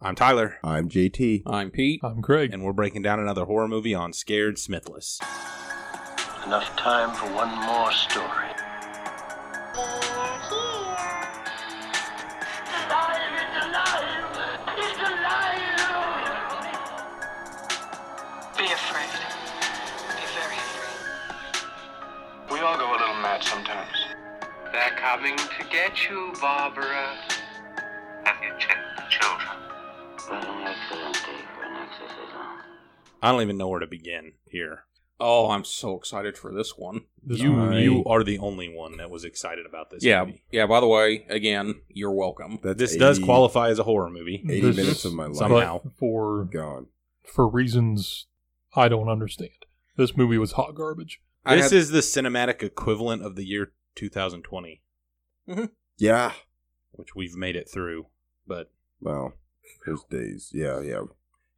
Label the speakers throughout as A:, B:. A: I'm Tyler,
B: I'm JT.
C: I'm Pete.
D: I'm Greg.
A: and we're breaking down another horror movie on Scared Smithless.
E: Enough time for one more story.
F: Be afraid. Be very afraid.
E: We all go a little mad sometimes. They're coming to get you, Barbara. Have you checked the children? an excellent day for an exorcism.
A: I don't even know where to begin here.
C: Oh, I'm so excited for this one.
D: This
A: you
D: one-
A: you are the only one that was excited about this.
C: yeah,
A: movie.
C: yeah. By the way, again, you're welcome.
B: That's
A: this does
B: 80
A: qualify as a horror movie.
B: 80
D: This-
B: minutes of my life
D: but
A: somehow.
D: for
B: gone.
D: for reasons I don't understand. This movie was hot garbage.
C: I
A: this
C: had-
A: is the cinematic equivalent of the year 2020,
B: Yeah.
A: which we've made it through. But
B: Well, those days. Yeah, yeah.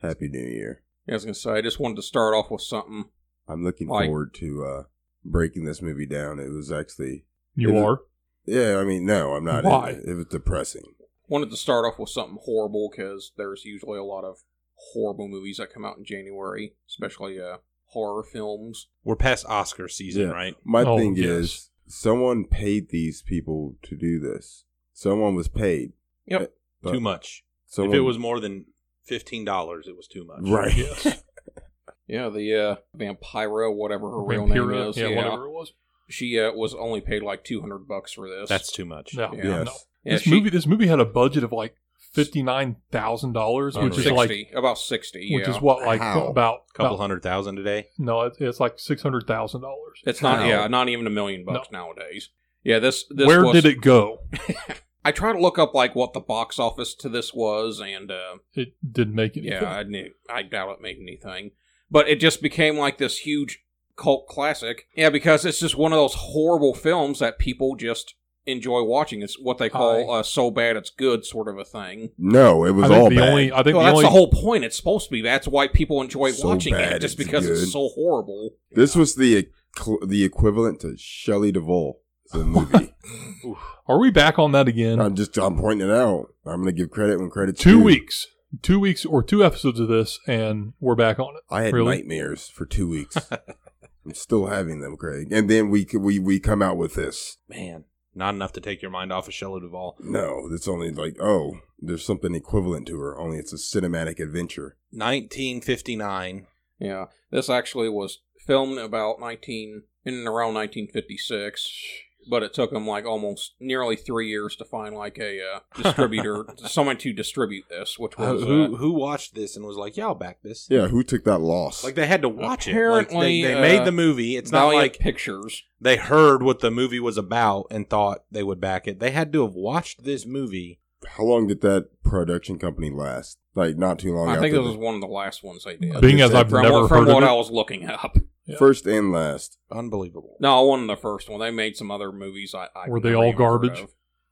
B: Happy New Year.
C: I was gonna say, I just wanted to start off with something.
B: I'm looking
C: Like-
B: forward to uh breaking this movie down. It was actually Is
D: You
B: it-
D: are.
B: Yeah, I mean, no, I'm not.
D: Why?
B: It, it was depressing.
C: Wanted to start off with something horrible because there's usually a lot of horrible movies that come out in January, especially uh, horror films.
A: we're past Oscar season,
B: Yeah.
A: right?
B: My
D: Oh,
B: thing
D: yes.
B: is, someone paid these people to do this. Someone was paid.
C: Yep.
B: Uh, but
A: too much.
B: Someone,
A: If it was more than fifteen dollars, it was too much.
B: right,
D: Yes.
C: Yeah, the uh, Vampira, whatever her real name
D: Vampira.
C: is.
D: Yeah, whatever it was.
C: She uh, was only paid like 200 bucks for this.
A: That's too much.
D: No.
C: Yeah.
D: no.
B: Yes.
C: Yeah,
D: this
C: she-
D: movie. This movie had a budget of like fifty nine thousand dollars,
A: Oh,
D: which is
C: 60,
D: like,
C: about 60.
D: which
C: yeah.
D: is what like
B: How?
D: about
A: couple
D: about-
A: hundred thousand today.
D: No, it, it's like six hundred thousand dollars.
C: It's not,
B: How?
C: yeah, not even a million bucks nowadays. Yeah, this, this
D: Where
C: was-
D: did it go?
C: I tried to look up like what the box office to this was, and uh,
D: It didn't make it.
C: yeah, I knew I doubt it made anything, but it just became like this huge cult classic. Yeah, because it's just one of those horrible films that people just enjoy watching. It's what they call uh, "so bad it's good" sort of a thing.
B: no, it was
D: I think
B: all
D: the
B: bad.
D: only. I think
C: Well,
D: the
C: that's
D: only.
C: the whole point. It's supposed to be. That's why people enjoy
B: So
C: watching it,
B: bad
C: just
B: it's
C: because it's
B: good.
C: so horrible.
B: This was the ecl- the equivalent to Shelley Duvall. The movie.
D: are we back on that again?
B: I'm just I'm pointing it out. I'm gonna give credit when credit's
D: two
B: due.
D: weeks, two weeks or two episodes of this, and we're back on it.
B: I had
D: Really?
B: nightmares for two weeks. I'm still having them, Craig. And then we c- we we come out with this.
A: Man, not enough to take your mind off of Shelley Duvall.
B: No, it's only like oh, there's something equivalent to her. Only it's a cinematic adventure.
A: 1959.
C: Yeah, this actually was filmed about 19 in and around 1956, but it took them like almost nearly three years to find like a uh, distributor, someone to distribute this, which was
A: who
C: uh,
A: who watched this and was like, "Yeah, I'll back this."
B: Yeah, who took that loss?
A: Like they had to watch it. Like
C: Apparently,
A: they, they
C: uh,
A: made the movie. It's not
C: Valiant
A: like
C: pictures.
A: they heard what the movie was about and thought they would back it. They had to have watched this movie.
B: How long did that production company last? Like not too
A: Oh,
B: long.
C: I
B: after
C: think
B: the
C: this was one of the last ones they did.
D: Being as I've
C: from
D: never
C: what, from
D: heard of
C: what
D: it.
C: I was looking up.
D: Yeah.
B: first and last.
A: Unbelievable.
C: No, one of the first one. They made some other movies. I, I
D: Were they all garbage?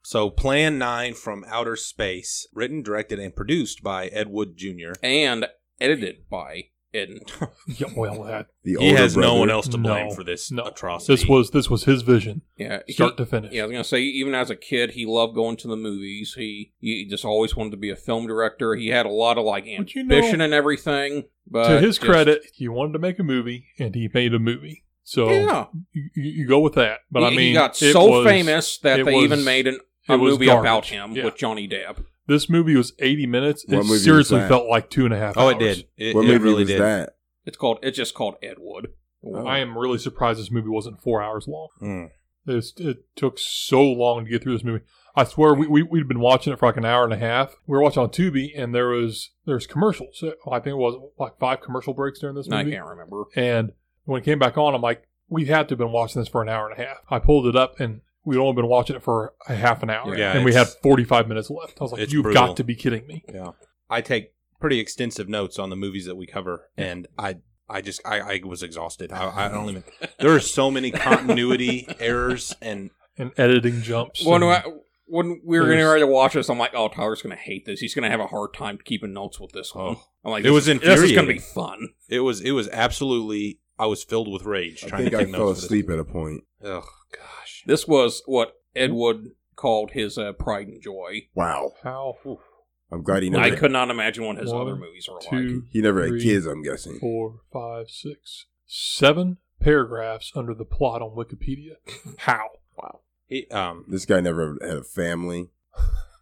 A: So, Plan 9 from Outer Space, written, directed, and produced by Ed Wood Jr.
C: and edited by Eden.
D: Yeah, well, that
B: The
A: He
B: older
A: has no
B: brother-
A: one else to blame
D: No,
A: for this
D: no.
A: atrocity.
D: this was this was his vision,
C: Yeah, he-
D: start to finish.
C: Yeah, I was gonna say, even as a kid, he loved going to the movies. He he just always wanted to be a film director. He had a lot of like
D: But you
C: ambition
D: know-
C: and everything. But
D: to his
C: just-
D: credit, he wanted to make a movie, and he made a movie. So
C: yeah,
D: you, you you go with that. But
C: he,
D: I mean,
C: he got
D: it
C: so
D: was-
C: famous that
D: it
C: they
D: was-
C: even made an,
D: it
C: a
D: was
C: movie
D: garbage.
C: about him
D: Yeah.
C: with Johnny Depp.
D: This movie was eighty minutes.
B: What
D: it
B: movie was
D: seriously
B: that?
D: felt like two and a half.
A: oh, it
D: hours.
A: did. It,
B: What
A: it
B: movie
A: really
B: was
A: did.
B: that?
C: It's called. It's just called Ed Wood.
D: Oh,
B: Oh.
D: I am really surprised this movie wasn't four hours long.
A: Hmm.
D: It's, it took so long to get through this movie. I swear we, we we'd been watching it for like an hour and a half. We were watching on Tubi, and there was there's commercials. I think it was like five commercial breaks during this
C: And I
D: movie.
C: can't remember.
D: And when it came back on, I'm like, we had to have been watching this for an hour and a half. I pulled it up and we'd only been watching it for a half an hour.
A: Yeah,
D: and we had
A: it's-
D: 45 minutes left. I was like,
A: it's
D: you've
A: brutal.
D: got to be kidding me.
A: Yeah. I take pretty extensive notes on the movies that we cover, and I. I just I, I was exhausted. I, I don't even. There are so many continuity errors and
D: And editing jumps.
C: When
D: and-
C: I, when we were getting
D: There's-
C: ready to watch this, I'm like, oh, Tyler's gonna hate this. He's gonna have a hard time keeping notes with this one.
A: Oh.
C: I'm like,
A: It
C: this
A: was
C: is- This is gonna be
A: infuriating.
C: fun.
A: it was it was absolutely. I was filled with rage
B: I
A: trying
B: think
A: to
B: I
A: take
B: fell
A: notes for this.
B: asleep at a point.
A: Ugh, gosh.
C: This was what Ed Wood called his uh, pride and joy.
B: Wow.
D: How?
B: I'm glad he never.
C: I could not imagine what his
D: One,
C: other movies are like.
D: Two,
B: He never had
D: Three.
B: kids. I'm guessing.
D: four, five, six, seven paragraphs under the plot on Wikipedia. How?
A: He, um,
B: This guy never had a family.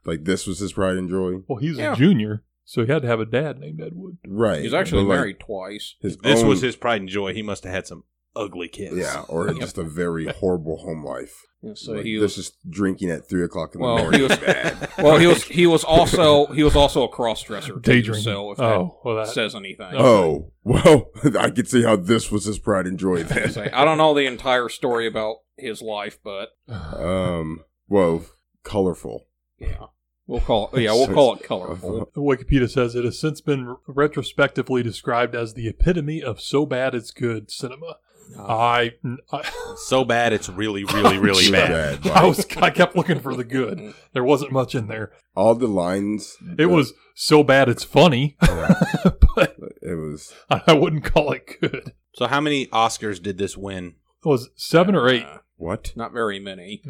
B: Like this was his pride and joy.
D: Well, he's
C: Yeah.
D: a junior, so he had to have a dad named Edward.
B: Right.
C: He's actually
B: but, like,
C: married twice.
B: his
A: this
B: own-
A: was his pride and joy. He must have had some ugly kids.
B: Yeah, or just a very horrible home life.
C: Yeah, So
B: Like,
C: he
B: this
C: was
B: is drinking at three o'clock in
C: Well,
B: the morning.
C: he was-
B: bad.
C: well. He was he was also he was also a cross dresser.
D: Day drinking.
C: So if
D: oh, well,
C: that
D: that.
C: says anything,
B: Oh well, I could see how this was his pride and joy then.
C: Say, I don't know the entire story about his life, but
B: Um, well, colorful.
C: yeah, we'll call it, yeah we'll call it colorful.
D: Wikipedia says it has since been retrospectively described as the epitome of so bad it's good cinema. I, I,
A: So bad it's really, really, really
B: Really
A: bad.
B: bad.
D: I
B: like,
D: was I kept looking for the good. There wasn't much in there.
B: all the lines. uh,
D: It was so bad it's funny, but
B: It was.
D: I wouldn't call it good.
A: So how many Oscars did this win?
D: It was seven or eight.
C: Uh,
B: What?
C: not very many.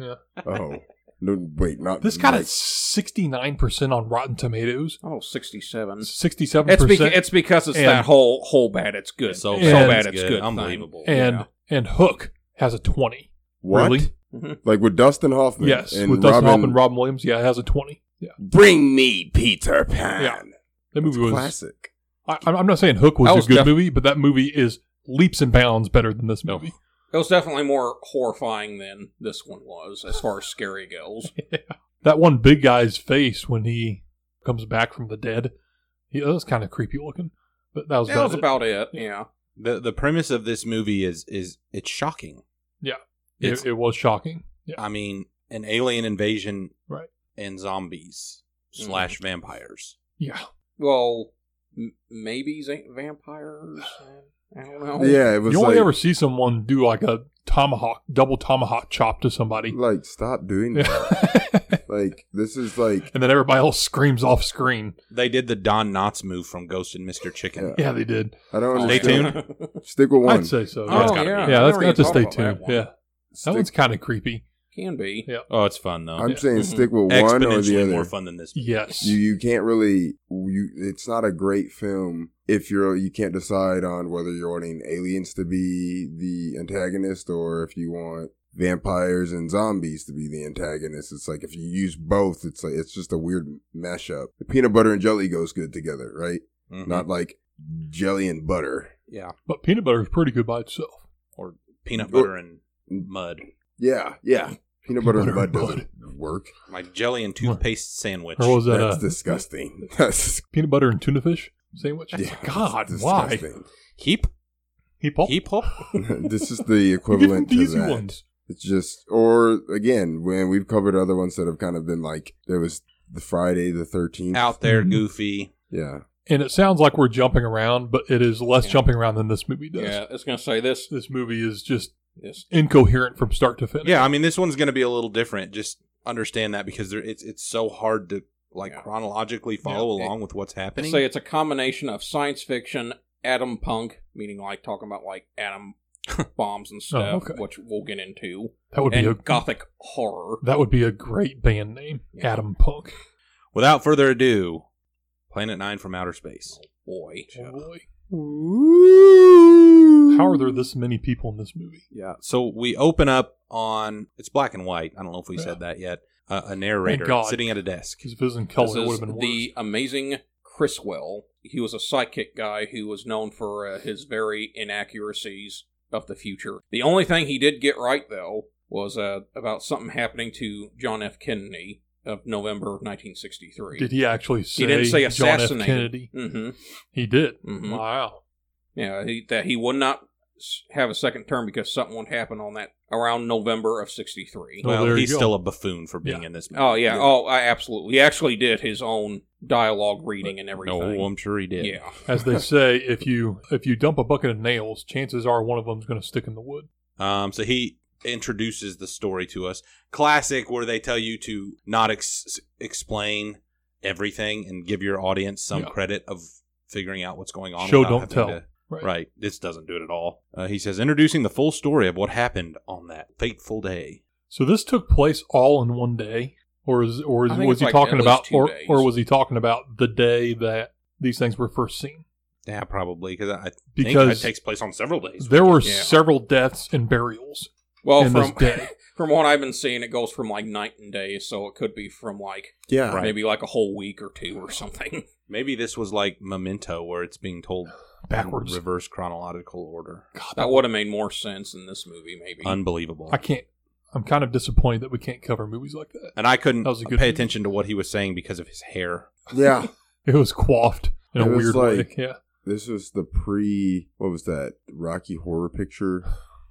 B: Oh no! Wait, not
D: This got a
B: like,
D: sixty nine percent on Rotten Tomatoes,
C: Oh, 67.
D: sixty seven
C: It's, beca-
D: percent,
C: it's because it's
D: And-
C: that whole whole bad it's good.
A: So
C: So,
D: bad
C: bad
A: it's
C: it's
A: good.
C: good. thing.
A: Unbelievable.
D: and
C: Yeah.
D: and Hook has a twenty.
B: what?
D: Really?
B: Like with Dustin Hoffman?
D: Yes,
B: and
D: with Dustin
B: Robin,
D: Hoffman, Robin Williams, yeah, it has a twenty. Yeah,
B: Bring me Peter Pan.
D: Yeah. that movie was.
B: classic.
D: I, I'm- I'm not saying Hook was,
C: That was
D: a good
C: def-
D: movie, but that movie is leaps and bounds better than this movie.
C: It was definitely more horrifying than this one was as far as scary goes.
D: That one big guy's face when he comes back from the dead, he that was kind of creepy looking. But that was
C: that
D: about
C: was
D: it.
C: about it. Yeah.
A: The the premise of this movie is is it's shocking.
D: It, it was shocking. Yeah,
A: I mean, an alien invasion
D: Right.
A: and zombies
C: Mm-hmm.
A: slash vampires.
D: yeah.
C: Well, m- maybe za- vampires. I don't know.
B: Yeah, it was.
D: Oh, you only
B: like,
D: ever see someone do like a tomahawk, double tomahawk chop to somebody,
B: like stop doing that.
D: and
B: like this is like
D: then everybody else screams off screen.
A: They did the Don Knotts move from Ghost and Mr. Chicken.
D: Yeah, they did.
B: I don't
A: Stay
B: understand.
A: tuned.
B: Stick with one.
D: I'd say so.
A: Oh,
D: yeah.
A: it's gotta
C: Oh, yeah.
A: be.
D: yeah, that's
C: I never even
D: got to stay
C: thought about
D: tuned.
C: that one.
D: yeah, that
B: Stick-
D: one's kind of creepy.
C: Can be.
D: Yeah.
A: Oh, it's fun though.
B: I'm
D: Yeah. Mm-hmm.
B: saying stick with one or the
A: Exponentially
B: other.
A: more fun than this.
D: Yes,
B: You you can't really you. It's not a great film if you're you can't decide on whether you're wanting aliens to be the antagonist or if you want vampires and zombies to be the antagonist. It's like if you use both, it's like it's just a weird mashup. The peanut butter and jelly goes good together, right?
A: Mhm.
B: Not like jelly and butter.
A: yeah,
D: but peanut butter is pretty good by itself.
A: peanut butter and mud,
B: Yeah, yeah. Peanut butter and mud doesn't work.
A: like jelly and toothpaste sandwich.
D: Or was that
B: That's
D: uh,
B: disgusting. That's
D: peanut butter and tuna fish sandwich?
B: yeah,
D: God,
B: that's
D: why?
B: disgusting.
A: Heap,
D: He pulp.
A: heap hop.
B: this is the
D: You give them
B: equivalent
D: the
B: to
D: easy
B: that.
D: ones.
B: It's just, or again, when we've covered other ones that have kind of been like, there was the Friday the 13th.
A: out there,
D: Mhm.
A: Goofy.
B: Yeah.
D: And it sounds like we're jumping around, but it is less
C: Yeah.
D: jumping around than this movie does.
C: Yeah, it's going to say this.
D: This movie is just
C: this
D: incoherent from start to finish.
A: Yeah, I mean this one's going to be a little different. Just understand that because there, it's it's so hard to like
C: Yeah.
A: chronologically follow
C: Yeah.
A: along with what's happening.
C: say it's a combination of science fiction, atom punk, meaning like talking about like atom bombs and stuff,
D: Oh, okay.
C: which we'll get into,
D: that would be
C: and
D: a
C: gothic horror.
D: That would be a great band name,
C: Yeah.
D: Adam Punk.
A: Without further ado, Planet Nine from Outer Space.
C: Boy,
D: Boy. How are there this many people in this movie?
A: Yeah. So we open up on it's black and white. I don't know if we
D: Yeah.
A: said that yet. Uh, a narrator
D: Thank God.
A: sitting at a desk.
D: Because if it was in
C: this
D: color, it would
C: is
D: have been
C: the amazing Chriswell. He was a psychic guy who was known for uh, his very inaccuracies of the future. The only thing he did get right though was uh, about something happening to John F. Kennedy of November 1963.
D: worse. Did he actually say,
C: He didn't say
D: John F.
C: assassinated.
D: Kennedy?
C: Mm-hmm.
D: He did.
C: Mhm.
D: Wow.
C: Yeah, he, that he would not s- have a second term because something would happen on that around November of '63.
D: Well,
A: Well,
D: there you
A: he's
D: go.
A: still a buffoon for being
D: Yeah.
A: in this movie.
C: Oh yeah, oh I absolutely. He actually did his own dialogue reading and everything.
A: No, I'm sure he did.
C: yeah,
D: As they say, if you if you dump a bucket of nails, chances are one of them's going to stick in the wood.
A: Um, so he introduces the story to us. Classic, where they tell you to not ex- explain everything and give your audience some
D: Yeah.
A: credit of figuring out what's going on.
D: Show,
A: without
D: don't
A: having
D: tell.
A: to-
D: Right.
A: right. This doesn't do it at all. Uh, he says, introducing the full story of what happened on that fateful day.
D: So this took place all in one day. or is or is,
C: I think
D: was
C: it's
D: he
C: like at
D: talking
C: least
D: about
C: two
D: or,
C: days.
D: or was he talking about the day that these things were first seen?
A: Yeah, probably because I think
D: Because
A: that takes place on several days.
D: there were
C: Yeah.
D: several deaths and burials.
C: Well,
D: in this
C: from
D: day.
C: from what I've been seeing, it goes from like night and day, so it could be from like
B: Yeah.
A: Right.
C: maybe like a whole week or two or something.
A: Maybe this was like Memento, where it's being told
D: Backwards.
A: in reverse chronological order.
C: That would have made more sense in this movie, maybe.
A: Unbelievable.
D: I can't. I'm kind of disappointed that we can't cover movies like that.
A: and I couldn't
D: That was a good
A: pay
D: movie.
A: attention to what he was saying because of his hair.
B: Yeah.
D: It was quaffed in
B: It
D: a
B: was
D: weird way.
B: like-
D: Yeah,
B: This was the pre. What was that? Rocky Horror Picture.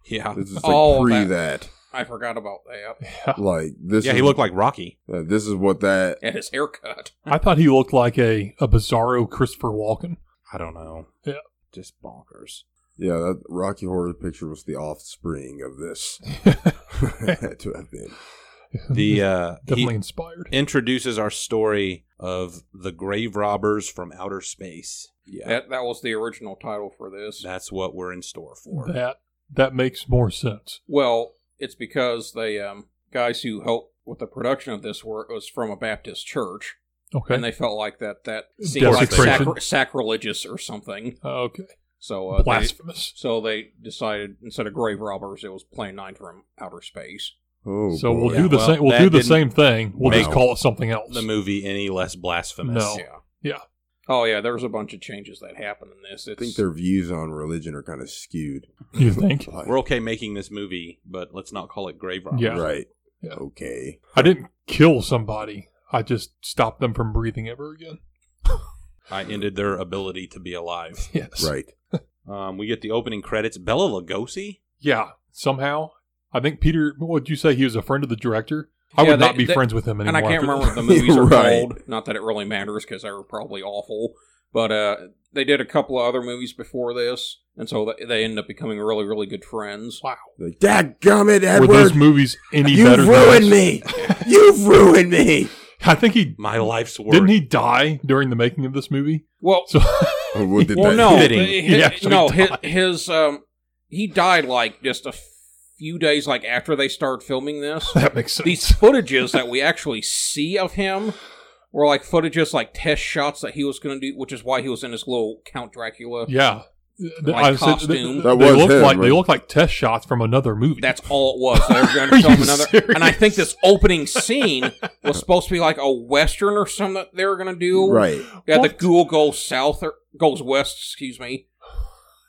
A: Yeah,
B: This is like
C: Oh,
B: pre
C: that-
B: that.
C: I forgot about that.
D: yeah.
B: Like this.
A: yeah.
B: is,
A: He looked like Rocky.
B: uh, this is what that.
C: And his haircut.
D: I thought he looked like a a bizarro Christopher Walken.
A: I don't know.
D: Yeah.
A: just bonkers.
B: Yeah, that Rocky Horror Picture was the offspring of this. Had to have been.
A: The uh,
D: definitely
A: he
D: inspired.
A: introduces our story of the grave robbers from outer space. Yeah,
C: That that was the original title for this.
A: that's what we're in store for.
D: That that makes more sense.
C: Well, it's because the um, guys who helped with the production of this were was from a Baptist church,
D: Okay.
C: and they felt like that that seemed like
D: Desecration.
C: sacri- sacrilegious or something.
D: okay.
C: So uh, they,
D: Blasphemous.
C: so they decided instead of grave robbers, it was Plan Nine from outer space.
B: Oh,
D: so we'll
B: boy.
A: Yeah,
D: do the
A: well,
D: same. We'll
A: that
D: do the
A: didn't
D: same thing. We'll just
B: make
D: call it something else.
A: The movie any less blasphemous?
D: No.
C: Yeah.
D: Yeah.
C: Oh yeah, there was a bunch of changes that happened in this.
B: I
C: It's,
B: think their views on religion are kind of skewed.
D: You think?
B: Like,
A: We're okay making this movie, but let's not call it grave robbers.
D: Yeah.
B: Right.
D: Yeah.
B: Okay.
D: I didn't kill somebody. I just stopped them from breathing ever again.
A: I ended their ability to be alive.
D: Yes.
B: Right.
A: Um, we get the opening credits. Bella Lugosi.
D: Yeah. Somehow, I think Peter. What would you say? He was a friend of the director. I
C: Yeah,
D: would
C: they-
D: not be
C: they-
D: friends with him
C: and
D: anymore.
C: I can't
D: after
C: remember
D: that.
C: what the movies are
B: Right.
C: called. Not that it really matters because they were probably awful, but uh, they did a couple of other movies before this, and so th- they ended up becoming really, really good friends.
D: Wow.
B: Like, dadgummit,
D: Were those
B: Edward!
D: movies any better?
B: You've
D: than this?
B: ruined me! You've ruined me!
D: I think he
A: My life's work.
D: didn't he die during the making of this movie.
C: Well,
D: So
B: Oh, what did
C: well,
B: that-
C: no,
A: Fitting.
C: hi-
D: He actually
C: no, his,
D: died.
C: his um, he died like just a few days like after they started filming this.
D: that makes sense.
C: These footages that we actually see of him were like footages like test shots that he was going to do, which is why he was in his little Count Dracula.
D: yeah.
C: Like
D: I said-
C: costume.
D: They,
B: That was
D: looked
B: him,
D: like they
B: right?
D: looked like test shots from another movie.
C: That's all it was. They were going
D: Are
C: to film
D: you
C: another,
D: serious?
C: and I think this opening scene was supposed to be like a western or something that they were going to do.
B: Right.
C: Yeah, the
D: What?
C: ghoul goes south or goes west. Excuse me.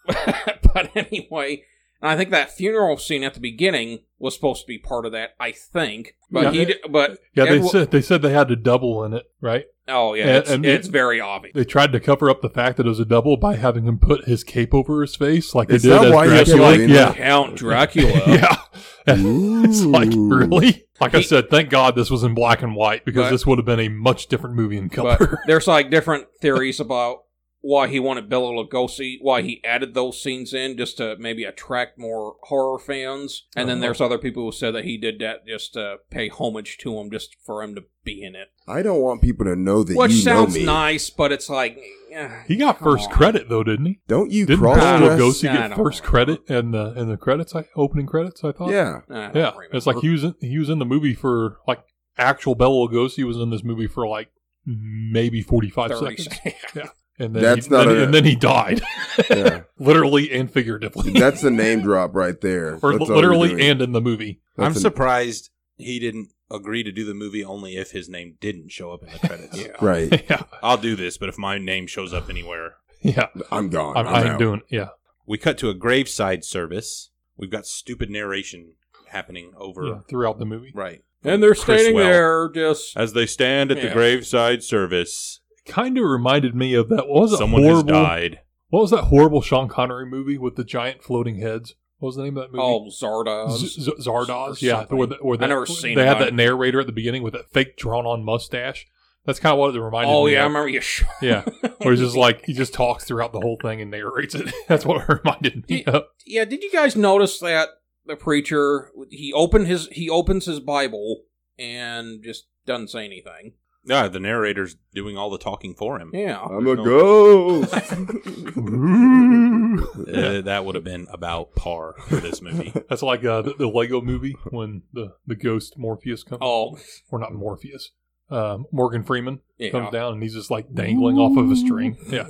C: but anyway, and I think that funeral scene at the beginning was supposed to be part of that. I think, but
D: Yeah.
C: he, d- but
D: yeah, they
C: everyone-
D: said they said they had to double in it, right?
C: oh yeah,
D: and-
C: it's,
D: and-
C: it's very obvious.
D: They tried to cover up the fact that it was a double by having him put his cape over his face, like
B: Is
D: they did
B: that
D: as
B: why he had
D: Dracula.
B: to lean
D: yeah,
C: Count Dracula.
D: yeah. it's like
B: Ooh.
D: really. Like I
C: He-
D: said, thank God this was in black and white because
C: But-
D: this would have been a much different movie in
C: But
D: color.
C: there's like different theories about why he wanted Bela Lugosi, why he added those scenes in just to maybe attract more horror fans. And then
D: Uh-huh.
C: there's other people who said that he did that just to pay homage to him, just for him to be in it.
B: I don't want people to know that
C: Which
B: you
C: sounds
B: know me.
C: nice, but it's like. eh,
D: he got
C: come
D: first
C: on.
D: credit though, didn't he?
B: Don't you
D: Didn't
B: cross
D: Bela
C: Nah,
D: Lugosi
C: nah, I
D: get
C: don't
D: first
C: remember.
D: credit in the in the credits? I opening credits. I thought.
B: Yeah.
C: I don't
D: yeah.
C: remember.
D: It's like he was in, he was in the movie for like actual Bela Lugosi was in this movie for like maybe forty five
C: 30
D: seconds. Yeah. And then
B: That's
D: he,
B: not
D: then-
B: a-
D: and then he died,
B: yeah.
D: literally and figuratively,
B: That's a name drop right there.
D: or
B: That's all you're
D: literally
B: doing.
D: and in the movie.
A: I'm
B: That's a-
A: surprised he didn't agree to do the movie only if his name didn't show up in the credits.
C: Yeah.
B: Right.
D: yeah,
A: I'll do this, but if my name shows up anywhere,
D: yeah.
B: I'm gone.
D: I'm,
B: I'm
D: I ain't
B: out.
D: doing. It. Yeah,
A: we cut to a graveside service. We've got stupid narration happening over
D: yeah, throughout the movie.
A: right,
C: And they're
A: Chris
C: standing
A: Well.
C: there just.
A: as they stand at the
C: Yeah.
A: graveside service.
D: Kind of reminded me of that. What was that
A: Someone
D: horrible?
A: has died.
D: What was that horrible Sean Connery movie with the giant floating heads? What was the name of that movie?
C: Oh, Zardoz.
D: Z- Z- Zardoz,
C: or
D: yeah.
C: something.
D: Where the, where
C: I
D: the,
C: never seen
D: They
C: it,
D: had
C: no.
D: that narrator at the beginning with that fake drawn-on mustache. That's kind of what it reminded
C: oh,
D: me.
C: yeah, I
D: of.
C: remember you. Sh-
D: yeah. Where he's just like he just talks throughout the whole thing and narrates it. That's what it reminded me of.
C: yeah did you guys notice that the preacher he opened his he opens his bible and just doesn't say anything
A: Yeah, the
D: Uh,
A: narrator's doing all the talking for him.
C: yeah
B: I'm a ghost.
A: Uh, that would have been about par for this movie.
D: That's like uh, the, the Lego movie when the, the ghost Morpheus comes.
C: Oh,
D: Or not Morpheus. Um, Morgan Freeman
C: yeah.
D: comes down and he's just like dangling off of a string. Yeah.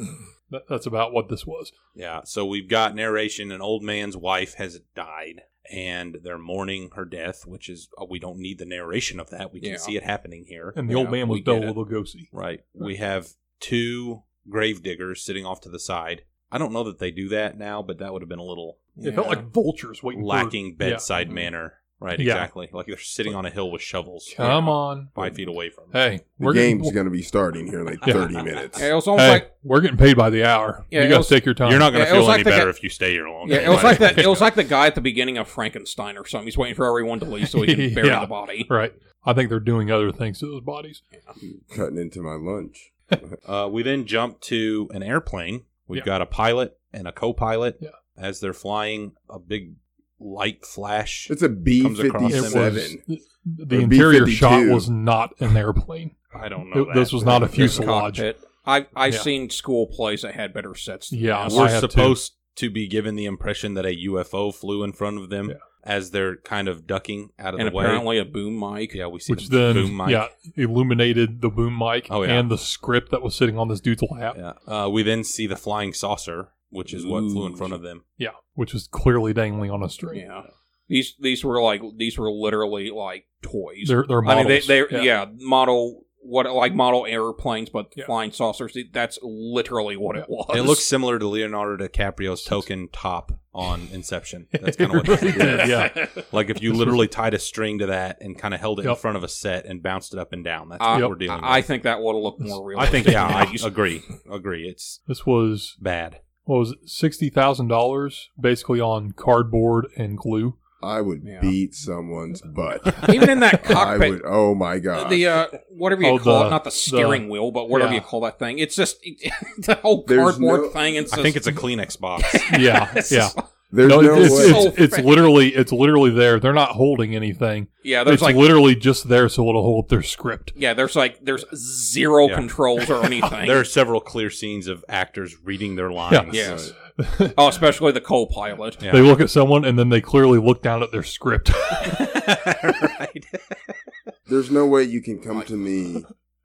D: That, that's about what this was.
A: Yeah. So we've got narration. An old man's wife has died, and they're mourning her death, which is uh, we don't need the narration of that. We can
C: Yeah.
A: see it happening here.
D: And the
C: Yeah,
D: old man was
C: we get
D: Bela
C: it.
D: Lugosi.
A: Right. We have two grave diggers sitting off to the side. I don't know that they do that now, but that would have been a little
D: It felt like vultures waiting
A: lacking
D: for, yeah. Mm-hmm.
A: bedside manner. Right.
D: Yeah.
A: Exactly. Like they're sitting on a hill with shovels.
D: Come
A: Yeah.
D: on.
A: Five feet away from. them.
D: Hey,
B: The
D: we're
B: game's
D: getting,
B: going to be starting here in like
D: Yeah.
B: 30 minutes.
C: Yeah, it was almost
D: hey,
C: like
D: we're getting paid by the hour.
C: Yeah, it
D: you got
C: was-
D: to take your time.
A: You're not going
C: Yeah,
A: to
C: it was
A: feel
C: like
A: any
C: the guy-
A: better if you stay here longer.
C: yeah, it was like that. It was like the guy at the beginning of Frankenstein or something. He's waiting for everyone to leave so he can bury
D: Yeah.
C: the body.
D: right. I think they're doing other things to those bodies.
B: Cutting into my lunch.
A: Uh, we then jump to an airplane. We've
D: Yeah.
A: got a pilot and a co-pilot.
D: Yeah.
A: As they're flying, a big light flash.
B: It's a B
A: Comes across
D: It
A: him
D: was
B: 57.
D: the
B: Or
D: interior
B: B-52.
D: shot was not an airplane.
A: I don't know.
D: It-
A: that.
D: this was not a fuselage.
C: Cockpit. I I've
D: Yeah.
C: seen school plays that had better sets. than
D: Yeah,
C: this.
D: I
A: We're
D: have two.
A: supposed to be given the impression that a UFO flew in front of them
D: Yeah.
A: as they're kind of ducking out of
C: and
A: the way.
C: apparently a boom mic.
A: yeah, we see
D: Which
A: the
D: then
A: boom mic.
D: yeah illuminated the boom mic
A: Oh, yeah.
D: and the script that was sitting on this dude's lap. Yeah,
A: Yeah. Uh, we then see the flying saucer, which is what flew in
C: Ooh.
A: front of them.
D: which was clearly dangling on a string.
C: Yeah. These these were like these were literally like toys.
D: They're, they're
C: I mean
D: models.
C: they they yeah. model what like model airplanes but
D: Yeah.
C: flying saucers. That's literally what it was.
A: It looks similar to Leonardo DiCaprio's token top on Inception. That's kind of
D: It
A: what
D: really
A: it is.
D: did, yeah.
A: Like if you literally tied a string to that and kind of held it
D: Yep.
A: in front of a set and bounced it up and down. That's
C: I-
A: what we're dealing
C: Uh, I
A: with.
C: think that would have looked more real.
A: I think yeah, I agree. Agree. It's
D: This was
A: bad.
D: what was it, sixty thousand dollars basically on cardboard and glue.
B: I would
C: Yeah.
B: beat someone's butt.
C: even in that
B: I
C: cockpit.
B: would. Oh my god.
C: The uh, whatever you
D: Oh,
C: call
D: the-
C: it, not the steering wheel, but whatever
D: yeah.
C: you call that thing. It's just the whole
B: There's
C: cardboard
B: no-
C: thing. It's
A: I
C: just,
A: think it's a Kleenex box.
D: Yeah,
C: it's
D: yeah.
C: just-
B: There's no,
D: no, it's,
B: way.
D: it's,
C: So
D: it's, it's
C: freaking-
D: literally it's literally there. They're not holding anything.
C: yeah. There's
D: it's
C: like
D: literally just there so it'll hold their script.
C: yeah. There's like there's zero
A: Yeah.
C: controls or anything.
A: there are several clear scenes of actors reading their lines.
C: yes. oh, especially the co-pilot.
A: Yeah.
D: They look at someone and then they clearly look down at their script.
A: right.
B: There's no way you can come to me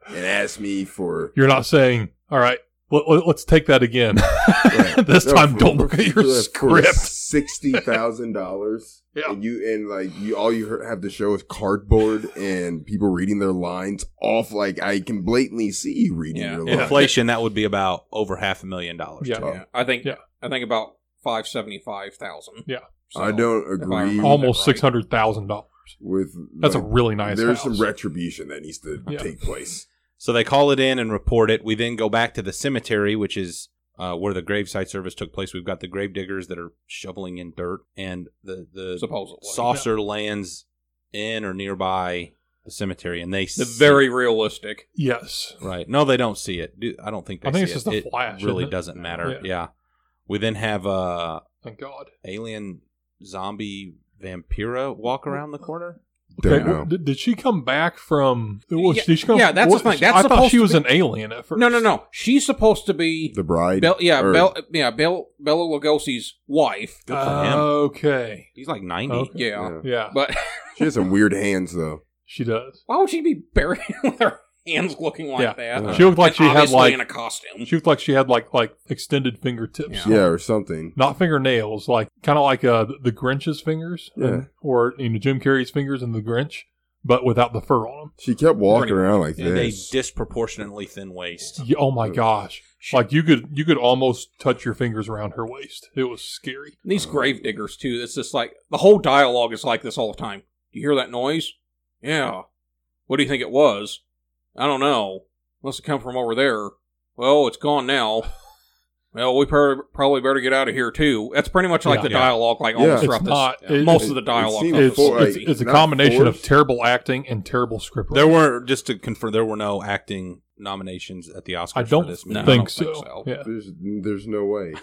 B: and ask me for.
D: You're not saying, "All right, let, us take that again."
B: Right.
D: this
B: No,
D: time,
B: for-
D: don't look at your
B: for- For
D: script.
B: Sixty thousand dollars.
D: Yeah.
B: And you and like you all you heard- have to show is cardboard and people reading their lines off. Like I can blatantly see you reading
C: Yeah.
B: your lines.
A: Inflation that would be about over half a million dollars.
D: Yeah.
A: too.
B: Oh.
C: Yeah, I think
D: Yeah.
C: I think about five seventy five thousand.
D: Yeah.
B: I don't agree
C: remember-
D: Almost
C: Right.
D: six hundred thousand dollars.
B: with.
D: That's
B: like,
D: a really nice.
B: There's
D: house.
B: some retribution that needs to
D: Yeah.
B: take place.
A: So they call it in and report it. We then go back to the cemetery, which is uh, where the gravesite service took place. We've got the grave diggers that are shoveling in dirt, and the the
C: supposedly
A: saucer lands in or nearby the cemetery, and they
C: The
A: see-
C: very realistic.
D: Yes.
A: right. No, they don't see it. Do- I don't think they
D: I think
A: see
D: it's
A: it.
D: just a
A: It
D: flash, isn't
A: really
D: it?
A: doesn't matter.
D: Yeah.
A: Yeah. We then have uh
D: Thank God.
A: alien zombie vampira walk around the corner.
B: Don't
D: Okay,
B: know.
D: well, did, did she come back from? well,
C: Yeah,
D: did she come,
C: yeah, that's the
D: what-
C: thing. That's
D: I thought
C: supposed
D: she
C: to
D: was
C: be-
D: an alien at first.
C: No, no, no. She's supposed to be
B: The bride.
C: Bel- yeah,
B: or-
C: Bel- yeah, Bel- Bella Lugosi's wife.
A: Good for him.
D: Okay.
A: He's like ninety.
D: Okay.
C: Yeah,
B: Uh-huh. Yeah.
D: Yeah,
C: but
B: She has some weird hands though.
D: she does.
C: why would she be buried with her hands looking like that?
B: Yeah.
D: She looked like
C: And
D: she had
C: obviously
D: like
C: in a costume.
D: she looked like she had like like extended fingertips.
C: Yeah.
B: Yeah, or something.
D: not fingernails, like kind of like uh, the Grinch's fingers,
B: Yeah.
D: and- or you know Jim Carrey's fingers and the Grinch, but without the fur on
B: She kept walking
C: Pretty-
B: around like
A: And a
B: this.
A: disproportionately thin waist.
D: them. Yeah, oh my gosh!
C: She-
D: Like you could you could almost touch your fingers around her waist. It was scary.
C: These grave diggers too. It's just like the whole dialogue is like this all the time. You hear that noise? Yeah. What do you think it was? I don't know. Must have come from over there. Well, it's gone now. Well, we per- probably better get out of here too. That's pretty much like
D: Yeah.
C: the
A: Yeah.
C: dialogue, like all
B: Yeah.
C: throughout
D: It's
C: this.
D: not- it-
C: most
B: it-
C: of the
B: it
C: dialogue.
B: seems
C: of this
D: It's,
B: for-
D: it's,
B: like,
D: it's a
B: not
D: combination of
B: forced.
D: terrible acting and terrible script.
A: There
D: writing.
A: were just to confirm there were no acting nominations at the Oscars
D: I don't
A: for this
D: think,
A: movie.
C: No, I don't
D: so.
C: think so.
D: Yeah.
B: There's there's no way.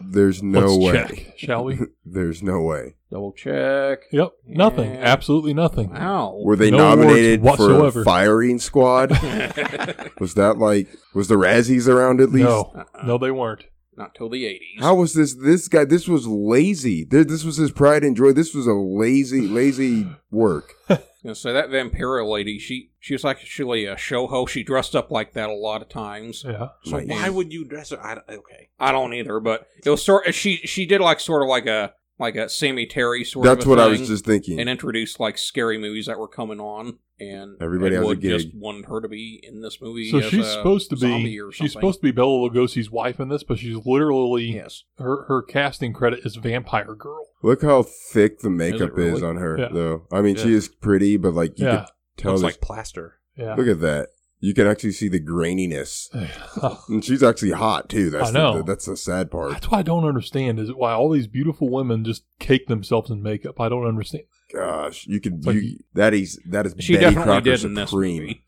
B: There's no
D: Let's
B: way.
D: check, shall we?
B: There's no way.
C: double check.
D: Yep. Nothing.
C: Yeah.
D: Absolutely nothing.
C: Wow.
B: Were they
D: No
B: nominated
D: awards
B: for
D: whatsoever.
B: firing squad? was that like was the Razzies around at least? uh,
D: No, no, they weren't.
C: not till the 80s.
B: How was this? This guy, this was lazy. Th- This was his pride and joy. This was a lazy, lazy work.
C: And so that Vampira lady, she she was actually a show ho. She dressed up like that a lot of times.
D: Yeah.
A: So
B: Like,
A: why would you dress her? I don't, okay.
C: I don't either, but it was sort. She she did like sort of like a like a Sammy Terry sort of.
B: That's
C: a
B: what I
C: thing,
B: was just thinking.
C: And introduced like scary movies that were coming on, and
B: Everybody
C: Ed
B: has a
C: Wood just
B: gig.
C: wanted her to be in this movie.
D: So
C: as
D: she's
C: a
D: supposed to
C: zombie
D: be
C: or
D: she's
C: something.
D: supposed to be Bella Lugosi's wife in this, but she's literally
C: yes.
D: her her casting credit is Vampire Girl.
B: Look how thick the makeup is,
C: really?
B: on her,
D: Yeah.
B: though. I mean, she
A: Yeah.
B: is pretty, but like you
D: yeah,
B: could tell.
A: Looks
B: This,
A: like plaster.
D: yeah.
B: Look at that. You can actually see the graininess,
D: That's
B: and she's actually hot too. That's
D: I
B: the-
D: know.
B: The, that's the sad part.
D: what I don't understand is why all these beautiful women just cake themselves in makeup. I don't understand.
B: Gosh, you can.
D: like-
B: you, that is that is
C: She
B: Betty
C: definitely
B: Crocker
C: did
B: supreme.
C: in this movie.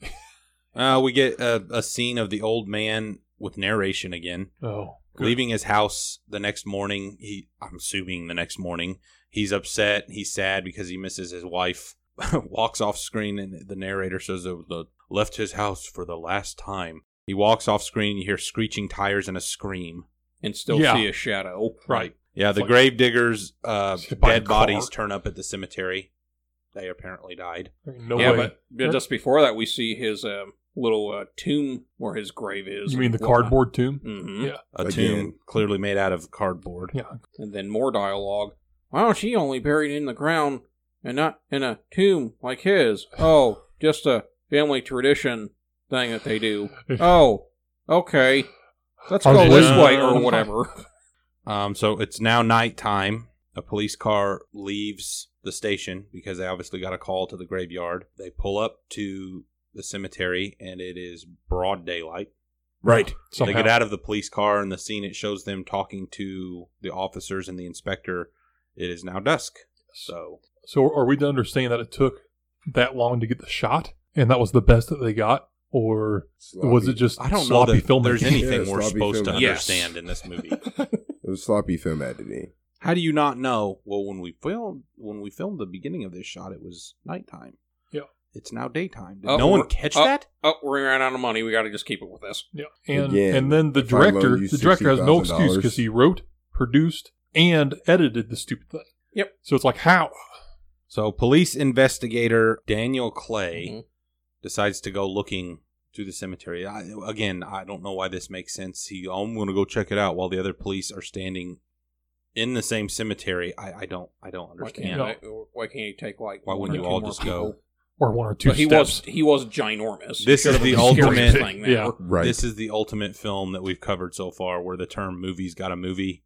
A: Uh, we get a, a scene of the old man with narration again,
D: Oh,
A: leaving his house the next morning. He, I'm assuming the next morning, he's upset. He's sad because he misses his wife. walks off screen, and the narrator says that the left his house for the last time. He walks off screen. You hear screeching tires and a scream.
C: and still
D: Yeah.
C: see a shadow.
D: Right.
A: Yeah, the
D: It's like-
A: grave diggers' uh,
D: Hit by a
A: dead bodies
D: car.
A: turn up at the cemetery. They apparently died.
D: There ain't no
C: yeah,
D: way.
C: but but just before that, we see his um, little uh, tomb where his grave is.
D: you mean the cardboard tomb?
C: hmm
D: Yeah.
A: A
B: Again.
A: tomb clearly made out of cardboard.
D: Yeah,
C: And then more dialogue. Why don't she only buried in the ground and not in a tomb like his? Oh, just a family tradition thing that they do. Oh, okay. Let's
D: I
C: go
D: was
C: this
D: just-
C: way or whatever.
A: Um, so it's now nighttime. A police car leaves the station because they obviously got a call to the graveyard. They pull up to the cemetery and it is broad daylight.
B: Right.
D: Somehow.
A: They get out of the police car and the scene it shows them talking to the officers and the inspector. It is now dusk. So
D: So are we to understand that it took that long to get the shot, and that was the best that they got, or was
B: Sloppy.
D: it just
A: I don't know
D: sloppy
A: that
D: filmmaking?
A: there's anything
B: Yeah,
A: we're
B: sloppy
A: supposed to
B: filmmaking.
C: Yes.
A: understand in this movie.
B: It was sloppy film editing.
A: How do you not know? Well, when we filmed when we filmed the beginning of this shot, it was nighttime.
D: Yeah.
A: It's now daytime. Did
C: Oh,
A: no one
C: we're-
A: catch
C: oh,
A: that?
C: Oh, we ran out of money. We got to just keep it with this.
D: Yeah, and
B: Again,
D: and then the
B: if I loan
D: director,
B: you
D: the director has no excuse
B: $60,000
D: because he wrote, produced, and edited the stupid thing.
C: Yep.
D: So it's like how?
A: So, police investigator Daniel Clay
C: Mhm.
A: decides to go looking through the cemetery. I, again, I don't know why this makes sense. He, I'm going to go check it out while the other police are standing in the same cemetery. I, I don't, I don't
C: Why
A: understand.
C: can't,
D: No.
C: I, why can't you take like?
A: Why
C: one
A: wouldn't
C: or
A: you
C: two
A: all
C: more
A: just go?
C: people?
D: Or one or two
C: But he was
D: steps.
C: he was ginormous.
A: This
C: Should've
A: is the
C: been scariest
A: ultimate-
C: thing there.
D: Yeah.
B: Right.
A: This is the ultimate film that we've covered so far, where the term "movies got a movie"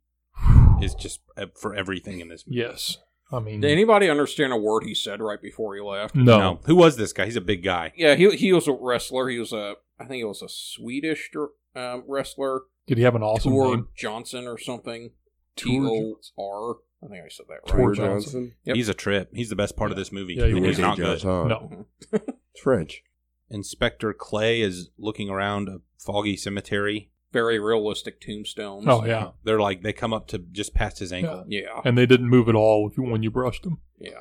A: is just uh, for everything in this. movie.
D: yes, I mean
C: Did anybody understand a word he said right before he left?
D: no.
A: No, who was this guy? He's a big guy.
C: Yeah, he he was a wrestler. He was a I think it was a Swedish um, wrestler,
D: Did he have an awesome
C: Tor
D: name?
C: Johnson or something. T
D: Tor
C: O R. I think I said that
D: Tor
C: right.
B: Tor
D: Johnson.
C: Yep.
A: He's a trip. He's the best part of this movie.
D: Yeah, he
A: and
D: was.
A: he's not good.
D: No.
B: It's French.
A: Inspector Clay is looking around a foggy cemetery.
C: Very realistic tombstones.
D: Oh yeah,
A: They're like they come up to just past his ankle.
C: yeah,
D: and they didn't move at all if you- when you brushed them.
C: yeah.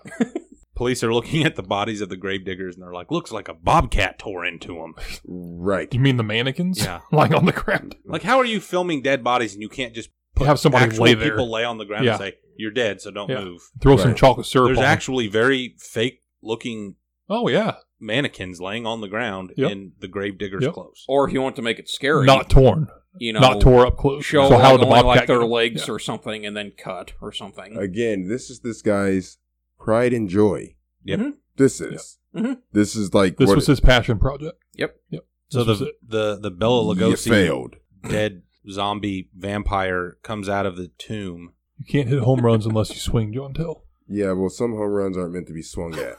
A: Police are looking at the bodies of the gravediggers and they're like, "Looks like a bobcat tore into him."
B: Right.
D: You mean the mannequins?
A: Yeah.
D: lying on the ground.
A: Like, how are you filming dead bodies and you can't just
D: Have somebody
A: actual
D: lay there.
A: people lay on the ground
D: Yeah.
A: and say, "You're dead, so don't
D: Yeah.
A: move."
D: Throw some
B: Right.
D: chocolate syrup.
A: There's
D: on 'em.
A: actually very fake looking
D: oh yeah,
A: mannequins laying on the ground
D: Yep.
A: in the gravediggers'
D: Yep.
A: clothes.
C: Or if you want to make it scary,
D: not torn,
C: you know,
D: not tore up clothes.
C: show
D: so
C: like,
D: how would the
C: only
D: bobcat
C: like their
D: get 'em?
C: legs
D: Yeah.
C: or something, and then cut or something.
B: Again, this is this guy's pride and joy.
A: Yep.
C: Mhm.
B: This is.
C: Yep. Mhm.
B: This is like
D: Mm-hmm. This
B: what
D: was his passion project.
C: Yep.
D: Yep.
A: So
D: This was
A: the
D: it.
A: the the Bella
B: you
A: Lugosi
B: failed.
A: dead zombie vampire comes out of the tomb.
D: you can't hit home runs unless you swing, John Till.
B: Yeah, well, some home runs aren't meant to be swung at.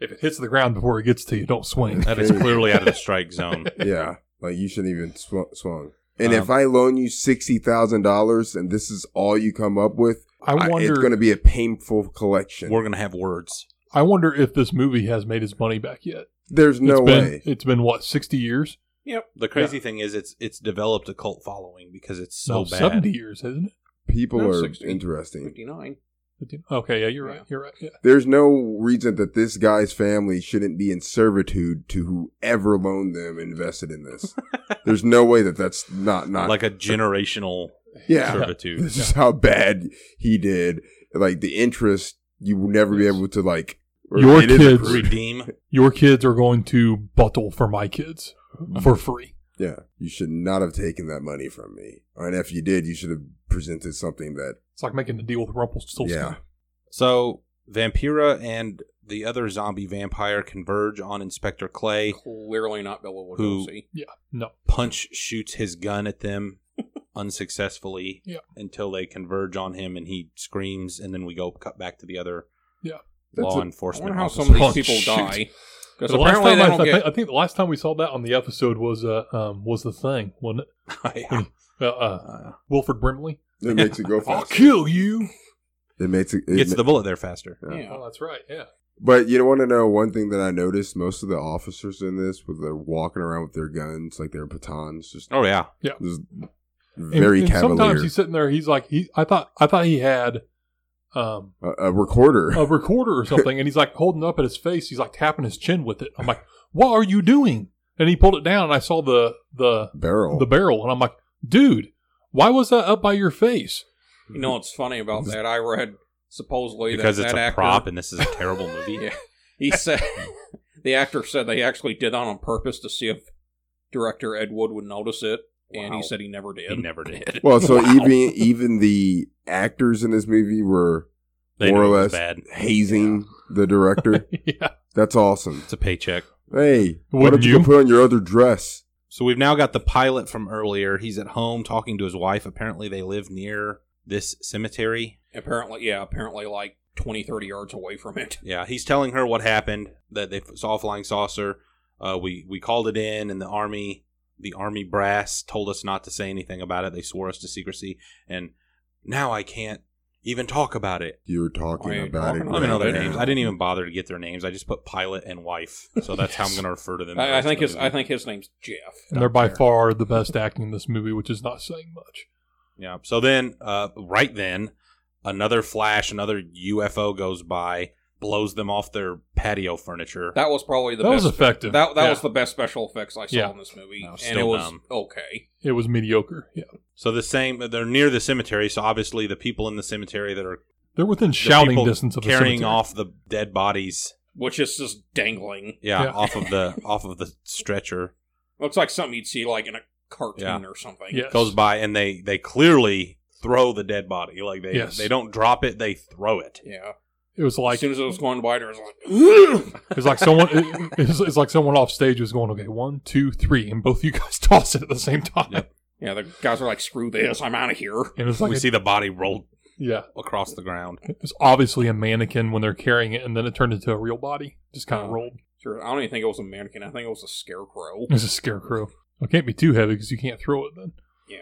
D: If it hits the ground before it gets to you, don't swing.
A: That is clearly out of the strike zone.
B: yeah, like you shouldn't even sw- swung. And
A: Um,
B: if I loan you sixty thousand dollars and this is all you come up with,
D: I
B: I
D: wonder.
B: it's going to be a painful collection.
A: We're gonna have words.
D: I wonder if this movie has made his money back yet.
B: There's no
D: it's been,
B: way.
D: It's been what sixty years?
A: The crazy thing is, it's it's developed a cult following because it's so
D: no,
A: bad.
D: seventy years, isn't it?
B: People
C: No,
B: are
C: 60.
B: interesting.
C: Fifty nine.
D: 15. Okay, yeah, you're right.
C: Yeah.
D: You're right. Yeah.
B: There's no reason that this guy's family shouldn't be in servitude to whoever loaned them and invested in this. There's no way that that's not not
A: like a generational
B: yeah.
A: servitude.
B: This is how bad he did. Like the interest, you will never be able to like. or
D: Your
B: it is
D: kids-
B: accrued.
A: Redeem.
D: Your kids are going to buttle for my kids for free.
B: Yeah, you should not have taken that money from me. And if you did, you should have presented something that.
D: It's like making a deal with Rumpelstiltskin.
B: Yeah.
A: So Vampira and the other zombie vampire converge on Inspector Clay.
C: Clearly not Bella
A: Who-
C: Lugosi.
D: No.
A: Punch shoots his gun at them unsuccessfully
D: Yeah.
A: until they converge on him and he screams and then we go cut back to the other
D: Yeah.
A: law
B: That's a-
C: I
A: enforcement
C: wonder how
A: officer.
C: some of these
D: Punch.
C: people
D: Oh, Shoot.
C: die. Because
D: The last
C: apparently
D: time
C: they
D: I,
C: don't
D: I
C: get.
D: think, I think the last time we saw that on the episode was uh um was the thing, wasn't it?
A: Yeah.
D: Uh, uh
A: Uh,
D: Wilfred Brimley.
B: It makes it go
D: I'll
B: faster.
D: kill you.
B: It makes it. it
A: gets
B: ma-
A: the bullet there faster.
B: Yeah.
C: yeah.
D: Oh, that's right. Yeah.
B: But you want to know one thing that I noticed: most of the officers in this, were they're walking around with their guns, like their batons, just,
A: Oh yeah.
B: just
D: And-
B: very
D: and
B: cavalier.
D: Sometimes he's sitting there. He's like, he. I thought. I thought he had, um,
B: a, a recorder.
D: a recorder or something, and he's like holding it up at his face. He's like tapping his chin with it. I'm like, what are you doing? And he pulled it down, and I saw the the
B: barrel.
D: the barrel, and I'm like, dude, why was that up by your face?
C: You know what's funny about that? I read supposedly
A: Because
C: that,
A: it's
C: that
A: a
C: actor,
A: prop and this is a terrible movie.
C: Yeah. He said the actor said they actually did that on purpose to see if director Ed Wood would notice it, and
A: Wow.
C: he said he never did.
A: He never did.
B: well, so even even the actors in this movie were
A: They
B: more
A: know
B: or
A: it
B: less
A: was bad.
B: hazing the director.
D: yeah,
B: That's awesome.
A: It's a paycheck.
B: Hey, why don't
D: Wouldn't
B: you,
D: you?
B: go put on your other dress?
A: So we've now got the pilot from earlier. He's at home talking to his wife. Apparently they live near this cemetery.
C: Apparently, yeah, apparently like 20, 30 yards away from it.
A: Yeah, he's telling her what happened that they saw a flying saucer. Uh, we we called it in, and the army the army brass told us not to say anything about it. They swore us to secrecy, and now I can't even talk about it.
B: You were talking
C: I ain't
B: about
C: talking
B: it.
A: I don't even know their
B: right
A: names.
B: now.
A: I didn't even bother to get their names. I just put pilot and wife, so that's how I'm going to refer to them. the
C: I, I
A: rest
C: think
A: of
C: his
A: the
C: I
A: movie.
C: think his name's Jeff.
D: and they're by
A: Doctor.
D: far the best acting in this movie, which is not saying much.
A: Yeah. So then, uh, right then, another flash, another UFO goes by, blows them off their patio furniture.
C: That was probably the
D: that
C: best.
D: was effective.
C: that that
D: Yeah.
C: was the best special effects I saw
D: Yeah.
C: in this movie,
A: That was
C: and
A: still
C: it was
A: dumb.
C: okay.
D: it was mediocre. Yeah,
A: So the same, they're near the cemetery. So obviously, the people in the cemetery that are
D: they're within
A: the
D: shouting
A: people
D: distance of the
A: carrying
D: cemetery.
A: off the dead bodies,
C: Which is just dangling.
A: yeah,
D: Yeah.
A: off of the off of the stretcher
C: Looks like something you'd see like in a cartoon
A: Yeah.
C: or something.
D: Yes.
A: goes by, and they they clearly throw the dead body. Like they
D: Yes.
A: they don't drop it, they throw it.
C: Yeah.
D: It was
C: Like, as
D: like
C: soon as it was going by, there was like,
D: It's like someone. It, it's, it's like someone off stage was going, "Okay, one, two, three, and both you guys toss it at the same time.
A: Yep.
C: yeah, the guys are like, screw this, I'm out of here.
D: And it's
A: we
D: like, a-
A: see the body roll
D: yeah,
A: across the ground.
D: it's obviously a mannequin when they're carrying it, and then it turned into a real body, just kind of
C: Oh.
D: rolled.
C: Sure, I don't even think it was a mannequin. I think it was a scarecrow.
D: It's a scarecrow. It can't be too heavy because you can't throw it. Then
C: Yeah.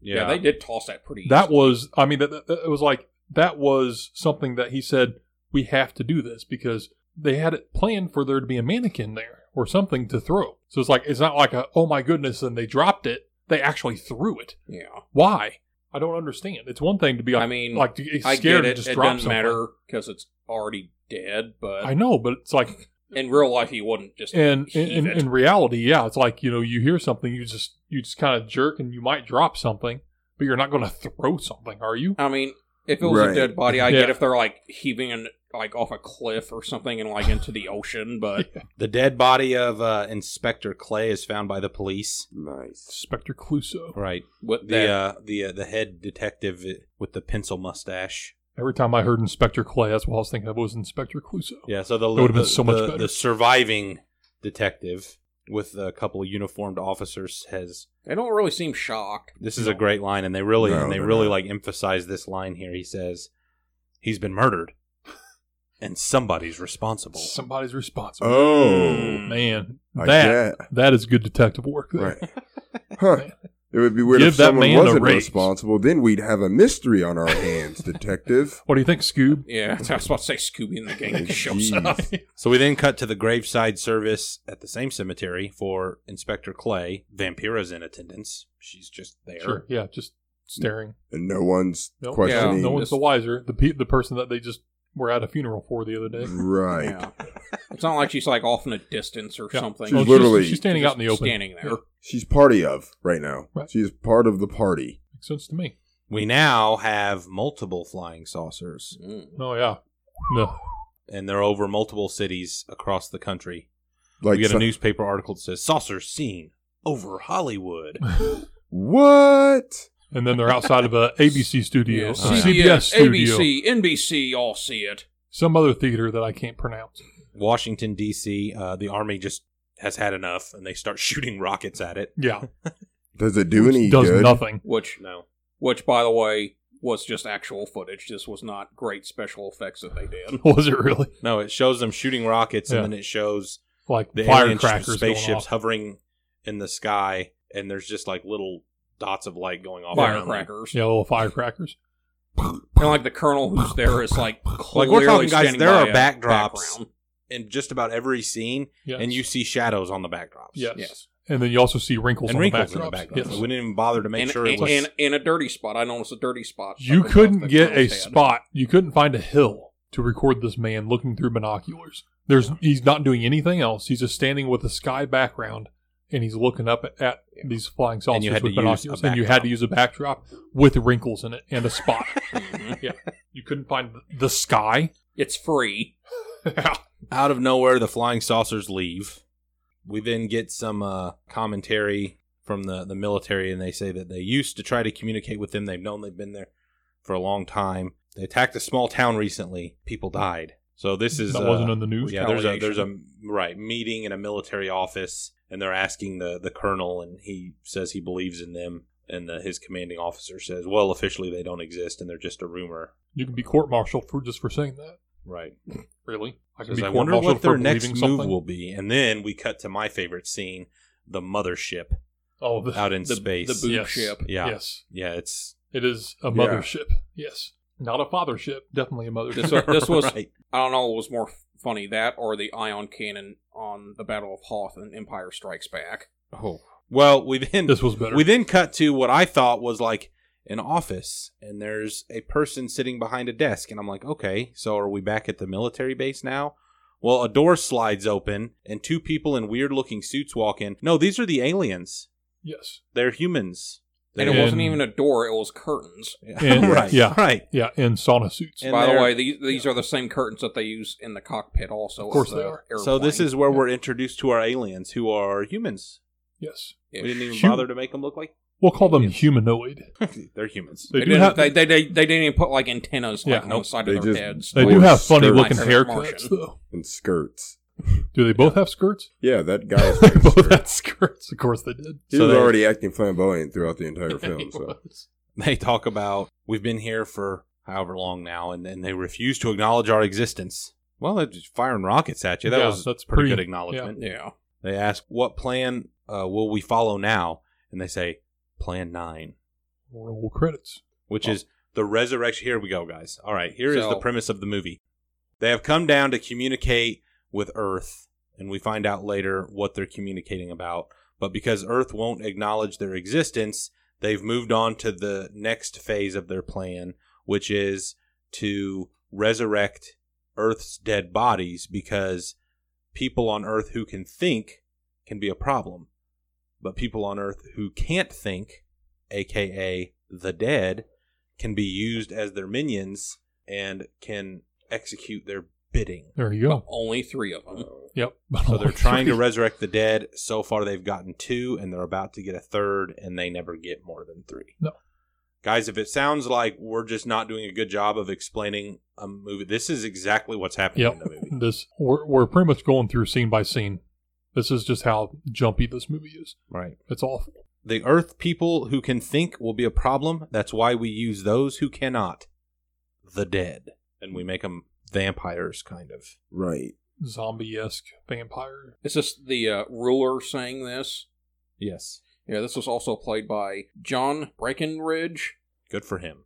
C: yeah, They did toss that pretty.
D: that
C: easily.
D: was, I mean, that, that, that- it was like that was something that he said we have to do this because they had it planned for there to be a mannequin there or something to throw. So it's like it's not like a oh my goodness, and they dropped it. They actually threw it.
C: yeah.
D: Why? I don't understand. It's one thing to be like,
C: I mean,
D: like to get
C: I
D: scared
C: get
D: and
C: it.
D: just
C: it
D: drop
C: doesn't
D: something.
C: matter because it's already dead. But
D: I know, but it's like,
C: in real life, he wouldn't just
D: and in,
C: heave
D: in,
C: it.
D: in reality, yeah, it's like you know, you hear something, you just you just kind of jerk, and you might drop something, but you're not going to throw something, are you?
C: I mean, if it was a
B: Right.
C: dead body, I
D: Yeah.
C: get if they're like heaving and like off a cliff or something and like into the ocean. But
A: The dead body of uh, Inspector Clay is found by the police.
B: Nice.
D: Spectre Cluso.
A: Right.
C: with
A: The
C: that,
A: uh, the uh, the head detective with the pencil mustache.
D: Every time I heard Inspector Clay, that's what I was thinking of was Inspector Cluso.
A: Yeah, so the
D: That would've been
A: the-
D: so much
A: the-
D: better.
A: the surviving detective with a couple of uniformed officers has
C: they don't really seem shocked.
A: this is a great line and they really
B: No,
A: and they
B: they're
A: really
B: not.
A: like emphasize this line here. He says he's been murdered and somebody's responsible.
D: Somebody's responsible.
B: Oh,
D: Man,
B: I
D: that that is good detective work. There.
B: right. Huh. It would be weird
D: Give
B: if
D: that
B: someone
D: man a
B: wasn't
D: raise.
B: responsible. Then we'd have a mystery on our hands, detective.
D: What do you think, Scoob?
C: Yeah, I was about to say Scooby and the gang shows
B: Jeez.
C: up.
A: So we then cut to the graveside service at the same cemetery for Inspector Clay. Vampira's in attendance. She's just there.
D: Sure. Yeah, just staring.
B: and no one's
D: Nope.
B: questioning.
D: No one's the wiser. The pe- the person that they just were at a funeral for the other day.
B: Mm. Right.
C: Yeah. it's not like she's like off in a distance or
D: Yeah.
C: something.
B: She's
D: Well,
B: literally-
D: she's, standing out in the
C: Just
D: open.
C: standing there.
D: Yeah.
B: She's party of right now.
D: Right.
B: She's part of the party.
D: Makes sense to me.
A: We now have multiple flying saucers,
C: Mm.
D: Oh yeah, no,
A: and they're over multiple cities across the country.
B: Like
A: we get
B: so-
A: a newspaper article that says saucers seen over Hollywood.
B: what?
D: and then they're outside of a ABC studio,
C: Yeah, Uh,
D: a
C: CBS,
D: CBS studio,
C: ABC, NBC, all see it.
D: some other theater that I can't pronounce.
A: Washington D.C. Uh, the army just has had enough, and they start shooting rockets at it.
D: Yeah,
B: Does it do any
D: does
B: good?
D: nothing.
C: Which,
A: No,
C: which, by the way, was just actual footage. This was not great special effects that they did.
D: Was it really
A: no, it shows them shooting rockets,
D: Yeah.
A: and then it shows
D: like
A: the alien
D: firecrackers going
A: spaceships
D: off?
A: hovering in the sky, and there's just like little dots of light going off. around them.
C: Firecrackers.
D: Yeah, little firecrackers.
C: And like the colonel who's there is like
A: we're
C: clearly
A: talking, guys,
C: standing
A: there
C: by
A: are
C: a
A: backdrops.
C: background.
A: in just about every scene,
D: Yes.
A: and you see shadows on the backdrops.
D: yes.
C: Yes.
D: and then you also see wrinkles
A: and
D: on
A: wrinkles
D: the
A: in the
D: backdrops.
A: background.
D: Yes.
A: We didn't even bother to make
C: and,
A: sure it
C: and,
A: was.
C: and, and a dirty spot. I noticed a dirty spot.
D: You
C: Something
D: couldn't
C: off the
D: get a
C: colonel's head.
D: spot. You couldn't find a hill to record this man looking through binoculars. There's he's not doing anything else. He's just standing with a sky background and he's looking up at, at these flying
A: And you
D: saucers
A: had
D: with
A: to use
D: binoculars.
A: a
D: And you had to
A: backdrop.
D: use a backdrop with wrinkles in it and a spot.
C: Mhm.
D: you couldn't find the sky.
C: It's free.
A: Out of nowhere, the flying saucers leave. We then get some uh, commentary from the, the military, and they say that they used to try to communicate with them. They've known they've been there for a long time. They attacked a small town recently. People died. So this is
D: that
A: uh,
D: wasn't in the news.
A: yeah. There's a there's a right meeting in a military office, and they're asking the the colonel, and he says he believes in them, and the, his commanding officer says, "Well, officially they don't exist, and they're just a rumor."
D: You can be court martialed for just for saying that.
A: Right.
D: Really? I can
A: Because
D: be
A: I
D: court
A: wonder
D: martialed
A: what their
D: for
A: next
D: believing
A: move
D: something.
A: will be. And then we cut to my favorite scene, the mothership
D: oh, the,
A: out in
C: The,
A: space.
C: the boob
D: Yes.
C: ship.
A: yeah.
D: yes.
A: Yeah, it's
D: It is a
B: Yeah.
D: mothership. Yes. Not a fathership. Definitely a mothership.
C: This
A: uh,
C: was, this was
A: right.
C: I don't know what was more funny, that or the ion cannon on the Battle of Hoth and Empire Strikes Back.
A: Oh. Well, we then
D: this was better.
A: we then cut to what I thought was like an office and there's a person sitting behind a desk and I'm like, "Okay, so are we back at the military base now?" Well, a door slides open and two people in weird-looking suits walk in. No, these are the aliens.
D: yes.
A: They're humans.
C: And it
D: Yeah.
C: wasn't
D: And-
C: even a door, it was curtains.
D: And-
A: right.
D: yeah.
A: Right.
D: Yeah, in sauna suits.
A: And
C: By the
A: they're-
C: way, these, these are the same curtains that they use in the cockpit also.
D: Of course
C: of
D: they
C: the
D: are.
A: So this
C: airplane.
A: is where we're introduced to our aliens, who are humans.
D: yes.
A: We didn't even
D: Hum-
A: bother to make them look like
D: We'll call them
A: Yes.
D: humanoid.
A: they're humans.
D: They,
C: They,
D: do
C: didn't,
D: have
C: they,
D: they,
C: they, they, they didn't even put like antennas
D: Yeah,
C: like, on
A: nope.
C: the side
B: They
C: of their
B: just-
C: heads.
B: they
D: do
B: were
D: have funny
B: skirts.
D: looking
C: Like
D: haircuts
C: Eric Martian.
D: though.
B: And skirts.
D: Do they both have skirts?
B: Yeah, that guy is
D: they
B: pretty
D: both
B: skirt.
D: had skirts. Of course they did.
B: He
A: So
B: was
A: they-
B: already acting flamboyant throughout the entire film. So
A: They talk about we've been here for however long now, and, and they refuse to acknowledge our existence. Well, they're just firing rockets at you. That
D: Yeah,
A: was
D: that's
A: that's pretty,
D: pretty-
A: good acknowledgement.
C: Yeah.
A: They ask what plan uh, will we follow now, and they say Plan Nine,
D: Roll credits.
A: which is the resurrection. Here we go, guys. All right, here is
C: So-
A: the premise of the movie. They have come down to communicate with Earth, and we find out later what they're communicating about. But because Earth won't acknowledge their existence, they've moved on to the next phase of their plan, which is to resurrect Earth's dead bodies because people on Earth who can think can be a problem. But people on Earth who can't think, aka the dead, can be used as their minions and can execute their bidding.
D: There you go.
C: Only three of them.
D: Yep.
A: So they're trying to resurrect the dead. So far, they've gotten two, and they're about to get a third, and they never get more than three.
D: No.
A: Guys, if it sounds like we're just not doing a good job of explaining a movie, this is exactly what's happening
D: Yep.
A: in the movie.
D: This we're, we're pretty much going through scene by scene. This is just how jumpy this movie is.
A: Right.
D: It's awful.
A: The earth people who can think will be a problem. That's why we use those who cannot, the dead, and we make them vampires, kind of.
B: right.
D: Zombie esque vampire.
C: Is this the uh, ruler saying this?
A: Yes.
C: Yeah, this was also played by John Breckenridge,
A: Good for him.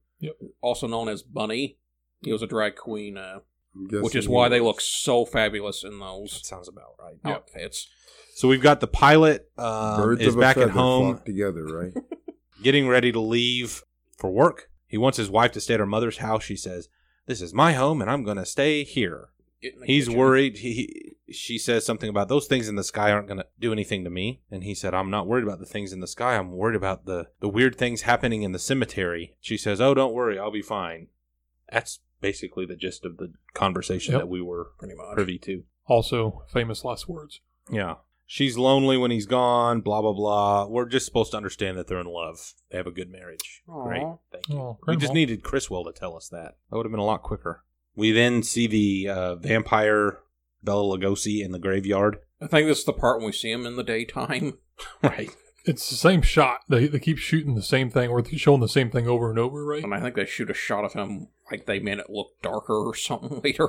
C: also known as Bunny. He was a drag queen, uh,
B: I'm
C: which
B: guessing
C: is
B: he
C: why they
B: was.
C: look so fabulous in those
A: That sounds about right.
C: outfits.
A: So we've got the pilot um,
B: Birds
A: is
B: of a
A: back at
B: feather
A: home.
B: flock together, right?
A: getting ready to leave for work. He wants his wife to stay at her mother's house. She says, "This is my home, and I'm going to stay here."
C: Get in the
A: He's
C: kitchen.
A: worried. He, he she says something about those things in the sky aren't going to do anything to me, and he said, "I'm not worried about the things in the sky. I'm worried about the the weird things happening in the cemetery." She says, "Oh, don't worry, I'll be fine." That's basically the gist of the conversation
D: Yep.
A: that we were
C: pretty much.
A: privy to.
D: Also, famous last words.
A: Yeah. She's lonely when he's gone, blah, blah, blah. We're just supposed to understand that they're in love. They have a good marriage.
C: Aw.
A: Great. Thank you.
D: Oh,
A: we just
D: Grimwald.
A: needed Chriswell to tell us that. That would have been a lot quicker. We then see the uh, vampire Bella Lugosi in the graveyard.
C: I think this is the part when we see him in the daytime.
A: right.
D: It's the same shot. They, they keep shooting the same thing or showing the same thing over and over, right?
C: And I think they shoot a shot of him like they made it look darker or something later.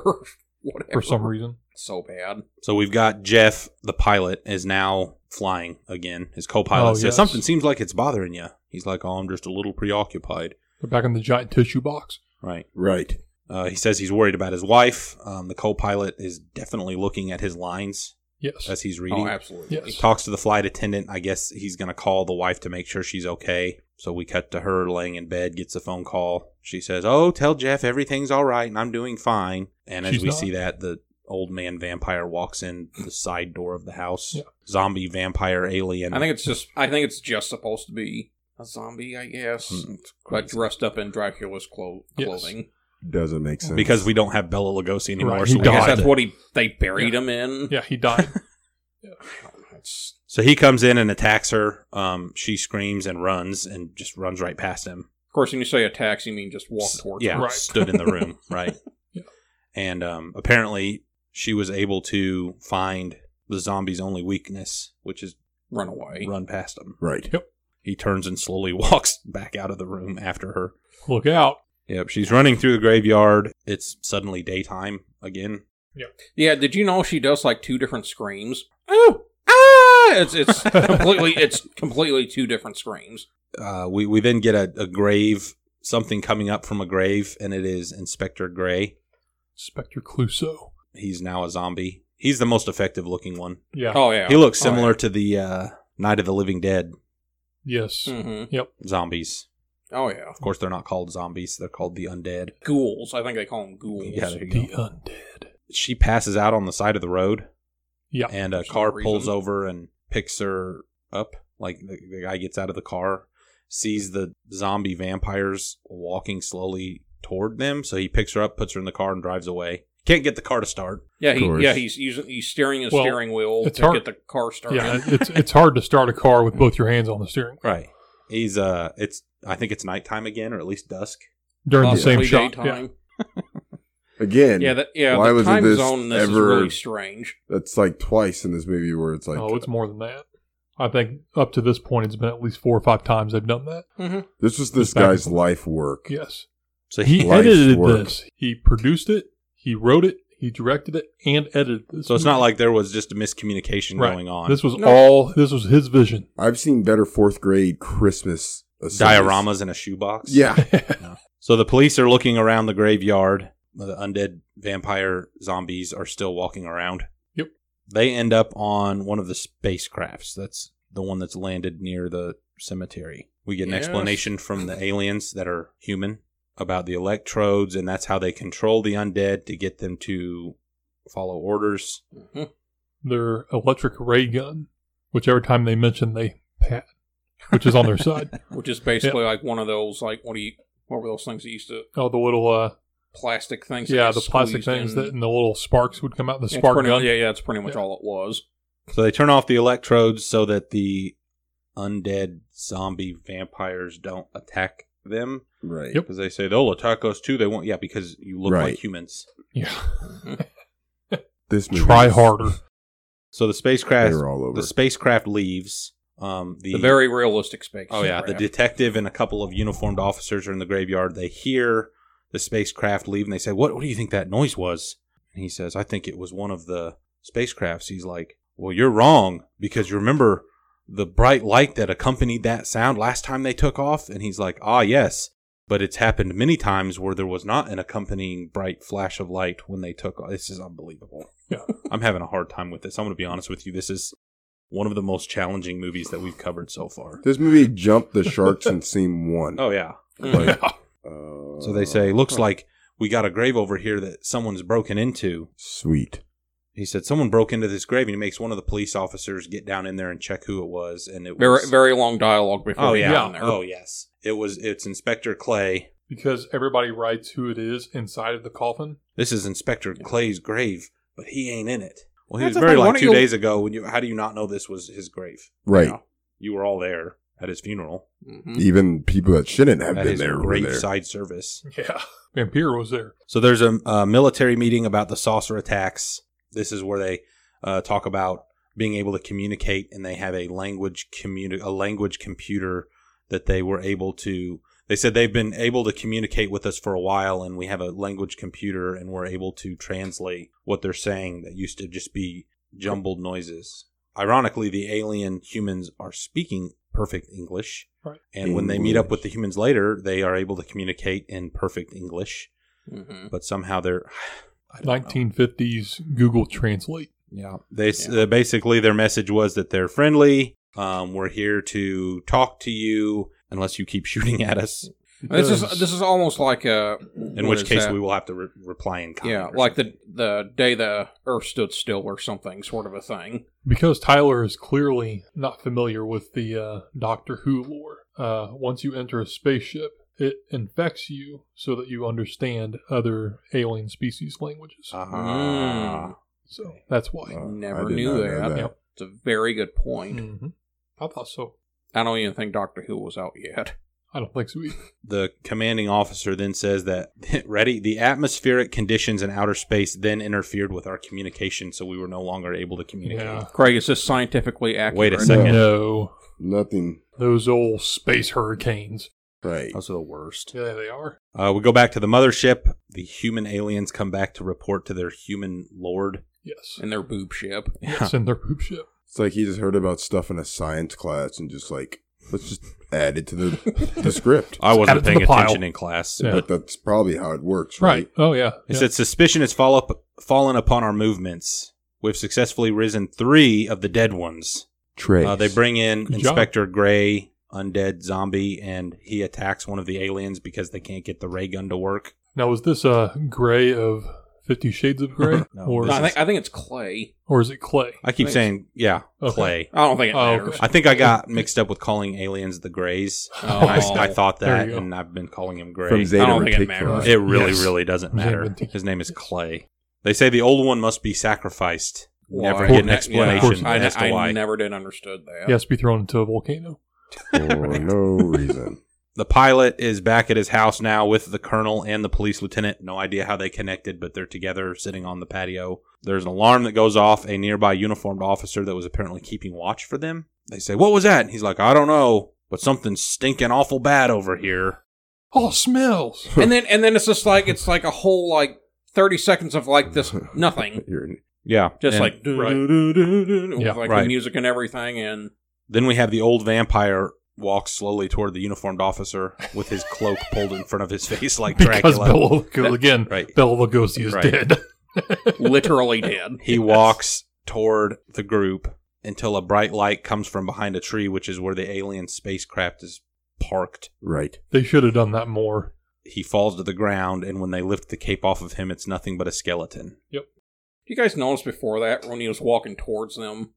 C: Whatever.
D: For some reason.
C: So bad.
A: So we've got Jeff, the pilot, is now flying again. His co pilot
D: Oh,
A: says,
D: yes.
A: Something seems like it's bothering you. He's like, Oh, I'm just a little preoccupied.
D: They're back in the giant tissue box.
A: Right.
B: Right.
A: Uh, he says he's worried about his wife. Um, the co pilot is definitely looking at his lines
D: Yes.
A: as he's reading.
C: Oh, absolutely.
D: Yes.
A: talks to the flight attendant. I guess he's going to call the wife to make sure she's okay. So we cut to her laying in bed, gets a phone call. She says, "Oh, tell Jeff everything's all right and I'm doing fine." And as
D: She's
A: we
D: not.
A: see that, the old man vampire walks in the side door of the house.
D: Yeah.
A: Zombie vampire alien.
C: I think it's just. I think it's just supposed to be a zombie, I guess,
A: Mm,
C: but dressed up in Dracula's clo-
D: Yes.
C: clothing.
B: Doesn't make sense.
A: because we don't have Bella Lugosi anymore.
D: Right,
A: so
D: he
A: we
C: I guess
A: have
D: died.
A: to-
C: that's what he they buried him in.
D: yeah, he died.
C: That's-
A: So he comes in and attacks her. Um, she screams and runs and just runs right past him.
C: of course, when you say attacks, you mean just walk
A: S-
C: towards.
A: yeah,
C: her.
D: Right.
A: stood in the room, right?
D: Yeah.
A: And um, apparently, she was able to find the zombie's only weakness, which is
C: run away.
A: run past him.
B: Right.
A: He turns and slowly walks back out of the room after her.
D: Look out.
A: Yep, she's running through the graveyard. It's suddenly daytime again.
C: Yeah, did you know she does like two different screams? Oh, ah! It's it's completely it's completely two different screams.
A: Uh, we we then get a, a grave, something coming up from a grave, and it is Inspector Gray.
D: Inspector Clouseau.
A: He's now a zombie. He's the most effective looking one.
D: Yeah.
C: Oh yeah,
A: He looks
C: Oh, yeah.
A: similar to the uh, Night of the Living Dead
D: Yes.
C: Mhm.
A: zombies.
C: Oh yeah,
A: Of course, they're not called zombies; they're called the undead.
C: ghouls. I think they call them ghouls.
A: Yeah, there you
D: The
A: go.
D: undead.
A: She passes out on the side of the road,
D: Yeah.
A: and a
C: For some
A: car
C: reason.
A: pulls over and picks her up. Like the, the guy gets out of the car, sees the zombie vampires walking slowly toward them, so he picks her up, puts her in the car, and drives away. Can't get the car to start.
C: yeah,
B: Of
C: he,
B: course.
C: yeah. He's using he's steering his
D: Well,
C: steering wheel
D: it's
C: to
D: hard-
C: get the car started.
D: Yeah, it's it's hard to start a car with both your hands on the steering
A: Right. He's uh, it's I think it's nighttime again, or at least dusk.
D: during the same
C: Possibly
D: shot. Yeah.
C: Oh, daytime.
B: Again,
C: Yeah, that, yeah.
B: Why
C: the
B: was
C: time
B: this
C: zone in this
B: ever-
C: is really strange.
B: that's like twice in this movie where it's like,
D: oh, it's more than that. I think up to this point, it's been at least four or five times they've done that.
B: this was this
D: Just back and
B: guy's life work.
D: Yes.
A: So he,
D: He
B: Life's
D: edited
B: work.
D: this. He produced it. He wrote it. He directed it and edited this.
A: so it's not like there was just a miscommunication
D: Right.
A: going on.
D: this was
C: No.
D: all. This was his vision.
B: I've seen better fourth grade Christmas assemblies.
A: dioramas in a shoebox.
B: Yeah.
A: So the police are looking around the graveyard. The undead vampire zombies are still walking around.
D: Yep.
A: They end up on one of the spacecrafts. That's the one that's landed near the cemetery. We get an
C: Yes.
A: explanation from the aliens that are human about the electrodes, and that's how they control the undead to get them to follow orders.
C: Mhm.
D: Their electric ray gun, which every time they mention, they pat, which is on their side.
C: Which is basically like one of those like what do you what were those things that used to
D: Oh, the little uh,
C: plastic things? that
D: yeah,
C: you
D: the
C: squeezed
D: plastic things
C: in?
D: that and the little sparks would come out. The
C: It's
D: spark
C: pretty-
D: gun.
C: Yeah, yeah. That's pretty much
D: Yeah.
C: all it was.
A: So they turn off the electrodes so that the undead zombie vampires don't attack them.
B: Right.
D: Yep.
A: because they say they'll attack us too. They won't, yeah, because you look
B: Right.
A: like humans.
D: Yeah.
B: This movie
D: Try
B: is-
D: harder.
A: So the
B: They
A: spacecraft,
B: were all over.
A: the spacecraft leaves. Um, the,
C: The, very realistic space.
A: oh yeah, the detective and a couple of uniformed officers are in the graveyard. They hear the spacecraft leave, and they say, "What? What do you think that noise was?" And he says, "I think it was one of the spacecrafts." He's like, "Well, you're wrong because you remember." The bright light that accompanied that sound last time they took off, and he's like, "Ah, yes, but it's happened many times where there was not an accompanying bright flash of light when they took this is unbelievable
D: Yeah.
A: i'm having a hard time with this i'm going to be honest with you this is one of the most challenging movies that we've covered so far
B: This movie jumped the sharks in scene one.
A: oh yeah
C: Mm-hmm.
B: Like, uh,
A: So they say, looks like we got a grave over here that someone's broken into.
B: sweet.
A: He said someone broke into this grave, and he makes one of the police officers get down in there and check who it was, and it
C: Very
A: was
C: very long dialogue before
A: oh
C: we
A: yeah,
C: get in there.
A: oh yes, it was it's Inspector Clay.
D: because everybody writes who it is inside of the coffin.
A: This is Inspector Clay's grave, but he ain't in it. Well, he
C: That's
A: was
C: the
A: buried
C: thing, why
A: like
C: don't
A: two
C: you-
A: days ago. When you, how do you not know this was his grave?
B: Right.
C: Yeah.
A: You were all there at his funeral,
D: Mm-hmm.
C: Mhm.
B: Even people that shouldn't have
A: at
B: been
A: his
B: there were there.
A: graveside service.
D: Yeah, Vampiro was there.
A: So there's a, a military meeting about the saucer attacks. This is where they uh, talk about being able to communicate, and they have a language communi- a language computer that they were able to. They said they've been able to communicate with us for a while, and we have a language computer, and we're able to translate what they're saying. That used to just be jumbled noises. Ironically, the alien humans are speaking perfect English,
D: Right.
A: and when they meet up
B: English.
A: with the humans later, they are able to communicate in perfect English
C: Mhm.
A: but somehow they're I don't know.
D: 1950s Google Translate.
A: yeah they s
C: Yeah.
A: Uh, basically their message was that they're friendly um, we're here to talk to you unless you keep shooting at us
C: This is
D: Because-
C: this is almost like a
A: in which case we will have to re- reply in kind
C: yeah
A: or
C: like
A: something.
C: the the day the Earth stood still or something sort of a thing.
D: because Tyler is clearly not familiar with the uh, Doctor Who lore. Uh, once you enter a spaceship, it infects you so that you understand other alien species languages.
A: Uh-huh.
D: mm.
A: Ah.
D: so that's why.
B: Uh, I
C: Hmm. Never
B: did
C: knew
B: not
C: that.
B: know that.
D: Yep.
C: It's a very good point.
D: hmm I thought so.
C: I don't even think Doctor Who was out yet.
D: I don't think so. Either.
A: the commanding officer then says that ready the atmospheric conditions in outer space then interfered with our communication so we were no longer able to communicate
D: Yeah.
C: Craig, is this scientifically accurate?
A: Wait a Second.
D: No,
B: Nothing.
D: those old space hurricanes.
B: Right.
A: those are the worst
D: Yeah, they are.
A: uh, we go back to the mothership the human aliens come back to report to their human lord
D: Yes,
C: In their boob ship.
D: yes, in their poop ship.
B: It's like he just heard about stuff in a science class and just like, let's just add it to the, the script.
A: I
D: Add it
A: wasn't
D: to
A: paying
D: the pile.
A: attention in class.
D: Yeah.
A: But
B: But that's probably how it works,
D: Right.
B: right?
D: Oh yeah.
A: it
D: yeah.
A: said suspicion has fall up, fallen upon our movements. We've successfully risen three of the dead ones.
B: Trace.
A: Uh, they bring in
D: Good job.
A: Inspector Gray, undead zombie, and he attacks one of the aliens because they can't get the ray gun to work.
D: now was this uh gray of Fifty Shades of Gray,
A: No,
D: or
A: this
C: I think, I think it's Clay.
D: or is it clay?
A: I keep
C: Thanks.
A: saying, yeah,
D: Okay.
A: Clay.
C: I don't think it
D: Oh,
C: matters.
D: okay.
A: I think I got mixed up with calling aliens the Grays.
C: Oh.
A: And I, I thought
D: There
A: that,
D: you go.
A: and I've been calling him Gray.
B: From Zeta
C: I don't think
B: Reticuli.
C: it matters.
A: It really,
D: Yes.
A: really doesn't
D: Zeta
A: matter.
D: Reticuli.
A: His name is Clay. They say the old one must be sacrificed.
C: Why?
A: Never get an
D: Yeah, of course.
A: explanation
C: I,
A: as to
C: I
A: why.
C: never did understood that.
D: Yes, be thrown into a volcano.
B: For no reason.
A: the pilot is back at his house now with the colonel and the police lieutenant. No idea how they connected, but they're together sitting on the patio. There's an alarm that goes off. A nearby uniformed officer that was apparently keeping watch for them. They say, "What was that?" And he's like, "I don't know, but something's stinking awful bad over here."
D: Oh, smells.
C: and then and then it's just like it's like a whole like thirty seconds of like this nothing,
B: You're an-
A: Yeah,
C: just
A: and
C: like
D: Right.
C: doo-doo-doo-doo-doo, with,
D: Yeah.
C: like
A: Right.
C: the music and everything, and
A: then we have the old vampire walks slowly toward the uniformed officer with his cloak pulled in front of his face like
D: because
A: Dracula.
D: Bela Lugosi again,
A: right.
D: Bela Lugosi is
A: Right.
D: dead.
C: literally dead.
A: He walks toward the group until a bright light comes from behind a tree, which is where the alien spacecraft is parked.
B: right.
D: They should have done that more.
A: He falls to the ground, and when they lift the cape off of him, it's nothing but a skeleton.
C: You guys noticed before that when he was walking towards them,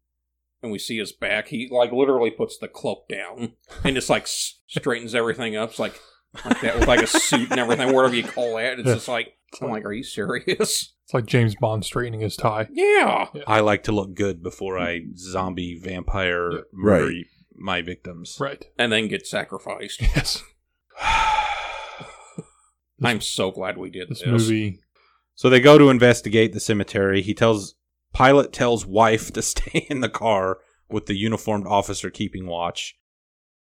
C: and we see his back, he like literally puts the cloak down and just like s- straightens everything up, it's like like that with like a suit and everything, whatever you call that. It's just like I'm like, are you serious?
D: It's like James Bond straightening his tie.
C: Yeah.
A: I like to look good before I zombie vampire
D: Yeah.
A: murder
B: Right.
A: my victims.
D: Right.
C: And then get sacrificed.
D: Yes.
C: I'm so glad we did
D: This
C: this.
D: movie.
A: So they go to investigate the cemetery. He tells pilot tells wife to stay in the car with the uniformed officer keeping watch.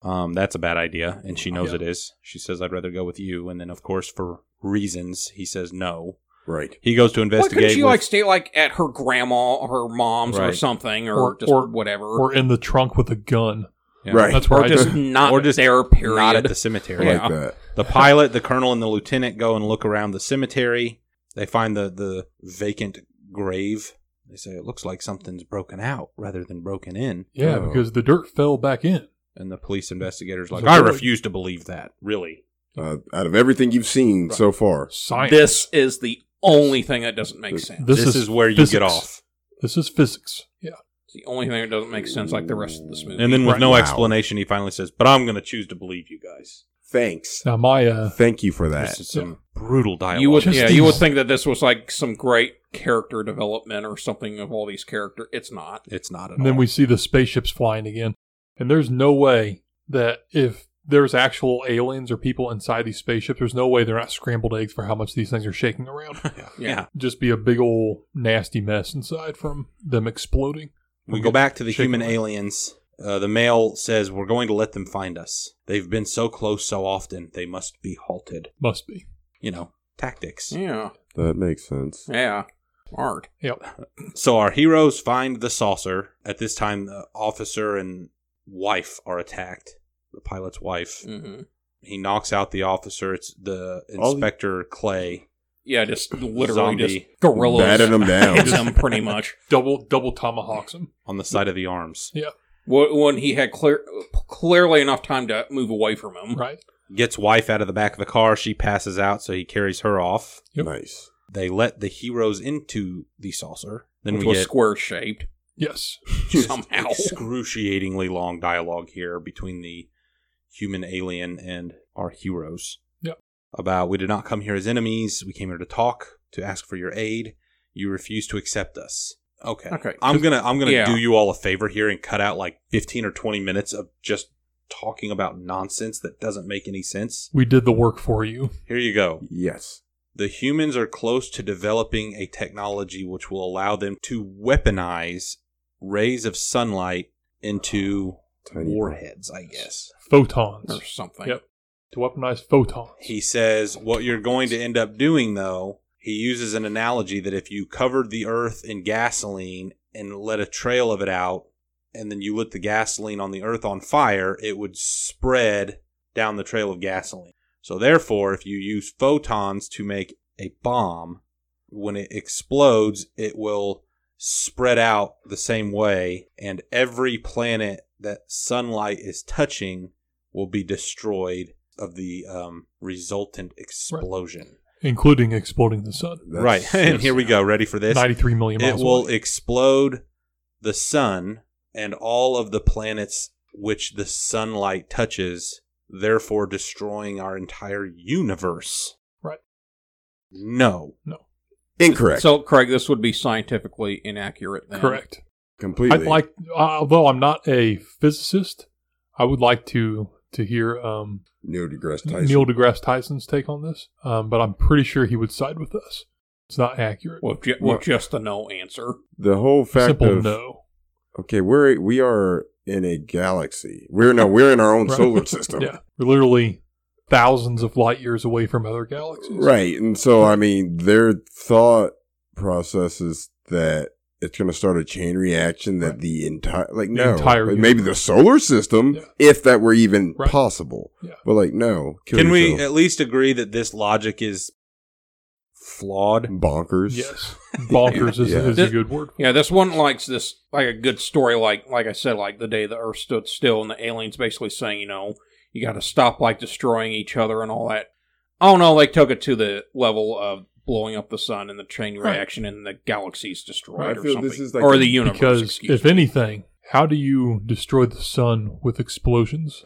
A: Um, that's a bad idea, and she knows
D: Yeah.
A: it is. She says, "I'd rather go with you." And then, of course, for reasons, he says no.
B: Right.
A: He goes to
C: Why couldn't
A: investigate.
C: she
A: with-
C: like stay like at her grandma or her mom's or
A: Right.
C: something or,
D: Or-
C: just
D: or-
C: whatever
D: Or in the trunk with a gun.
A: Yeah.
B: Right.
D: That's where
C: or
D: I
C: just not
A: Or just
C: there period
A: not at the
B: I
A: cemetery.
C: Yeah.
B: like that.
A: The pilot, the colonel, and the lieutenant go and look around the cemetery. They find the the vacant grave. They say it looks like something's broken out rather than broken in.
D: Yeah,
B: Oh.
D: because the dirt fell back in.
A: And the police investigators
D: It's
A: like,
D: a
A: I
D: really-
A: refuse to believe that. Really,
B: Uh, out of everything you've seen
D: Right.
B: so far,
D: Science.
C: This is the only thing that doesn't make sense.
D: This
A: This,
D: is
A: is, where you get
D: physics.
A: off.
D: This is physics. Yeah.
C: It's the only thing that doesn't make sense, like the rest of this movie.
A: And then with
B: Right.
A: no
B: Wow.
A: explanation, he finally says, "But I'm going to choose to believe you guys."
B: thanks,
D: Now my uh,
B: thank you for that.
A: This is some brutal dialogue.
C: you would,
D: Just
C: yeah,
D: these-
C: you would think that this was like some great character development or something of all these character. It's not.
A: it's not at
D: and then
A: all.
D: we see the spaceships flying again, and there's no way that if there's actual aliens or people inside these spaceships, there's no way they're not scrambled eggs for how much these things are shaking around.
C: Yeah.
A: yeah.
D: Just be a big old nasty mess inside from them exploding.
A: We go back to the
D: Chicken
A: human
D: wing.
A: aliens. Uh, the male says, We're going to let them find us. They've been so close so often, they must be halted.
D: Must be.
A: You know, tactics.
C: Yeah.
B: That makes sense.
C: Yeah. Smart.
D: Yep.
A: So our heroes find the saucer. At this time, the officer and wife are attacked. The pilot's wife.
C: hmm
A: He knocks out the officer. It's the
B: All he-
A: inspector Clay.
C: Yeah, just literally just
A: Zombie.
C: gorillas.
B: Batted them down.
C: hits him pretty much.
D: Double double tomahawks them.
A: on the side of the arms.
C: Wh- When he had clear, clearly enough time to move away from him.
A: Mm-hmm.
D: Right.
A: Gets wife out of the back of the car. She passes out, so he carries her off.
D: Yep.
B: Nice.
A: They let the heroes into the saucer. Then
C: Which
A: we
C: was
A: get
C: square shaped.
D: Yes.
A: just
C: Somehow.
A: excruciatingly long dialogue here between the human alien and our heroes.
D: Yep.
A: About we did not come here as enemies. We came here to talk, to ask for your aid. You refuse to accept us. Okay.
C: Okay.
A: I'm gonna I'm gonna
C: Yeah.
A: do you all a favor here and cut out like 15 or 20 minutes of just talking about nonsense that doesn't make any sense.
D: We did the work for you.
A: Here you go.
B: Yes.
A: The humans are close to developing a technology which will allow them to weaponize rays of sunlight into
B: Tiny
A: warheads, I guess.
D: Photons.
C: or something.
D: Yep. To weaponize photons.
A: He says, What you're going to end up doing, though, he uses an analogy that if you covered the earth in gasoline and let a trail of it out, and then you lit the gasoline on the earth on fire, it would spread down the trail of gasoline. So, therefore, if you use photons to make a bomb, when it explodes, it will spread out the same way, and every planet that sunlight is touching will be destroyed of the um, resultant explosion.
D: Including exploding the sun.
B: That's-
A: Right. and here we go. Ready for this?
D: Ninety three million
A: It
D: miles.
A: will
D: away.
A: explode the sun and all of the planets which the sunlight touches, therefore destroying our entire universe.
D: Right.
A: No.
D: No.
B: Incorrect.
C: So, Craig, this would be scientifically inaccurate. Then.
D: Correct.
B: Completely.
D: I'd like, although I'm not a physicist, I would like to to hear um,
B: Neil deGrasse Tyson.
D: Neil deGrasse Tyson's take on this. Um, but I'm pretty sure he would side with us. It's not accurate.
C: With, ju-
B: What?
C: with just a no answer.
B: the whole fact
D: Simple
B: of
D: no.
B: okay, we're we are in a galaxy. We're no, we're in our own
D: Right.
B: solar system.
D: Yeah, we're literally thousands of light years away from other galaxies.
B: Right. And so, I mean, their thought process is that it's going to start a chain reaction that
D: Right.
B: the entire, like, no.
D: entire
B: like, maybe the solar system,
D: Yeah.
B: if that were even
D: Right.
B: possible.
D: Yeah.
B: But, like, no. Kill
A: Can we
B: yourself.
A: at least agree that this logic is flawed?
B: Bonkers.
D: Yes. Bonkers is,
B: Yeah.
D: is a good word.
C: Yeah, this one likes this like a good story. Like like I said, like the day the Earth stood still, and the aliens basically saying, you know, you got to stop like destroying each other and all that. Oh no, they took it to the level of blowing up the sun and the chain
D: Right.
C: reaction and the galaxies
B: I
C: destroyed or
B: feel
C: something,
B: this is like
C: or
B: a-
C: the universe.
D: Because
C: excuse
D: if
C: me.
D: anything, how do you destroy the sun with explosions?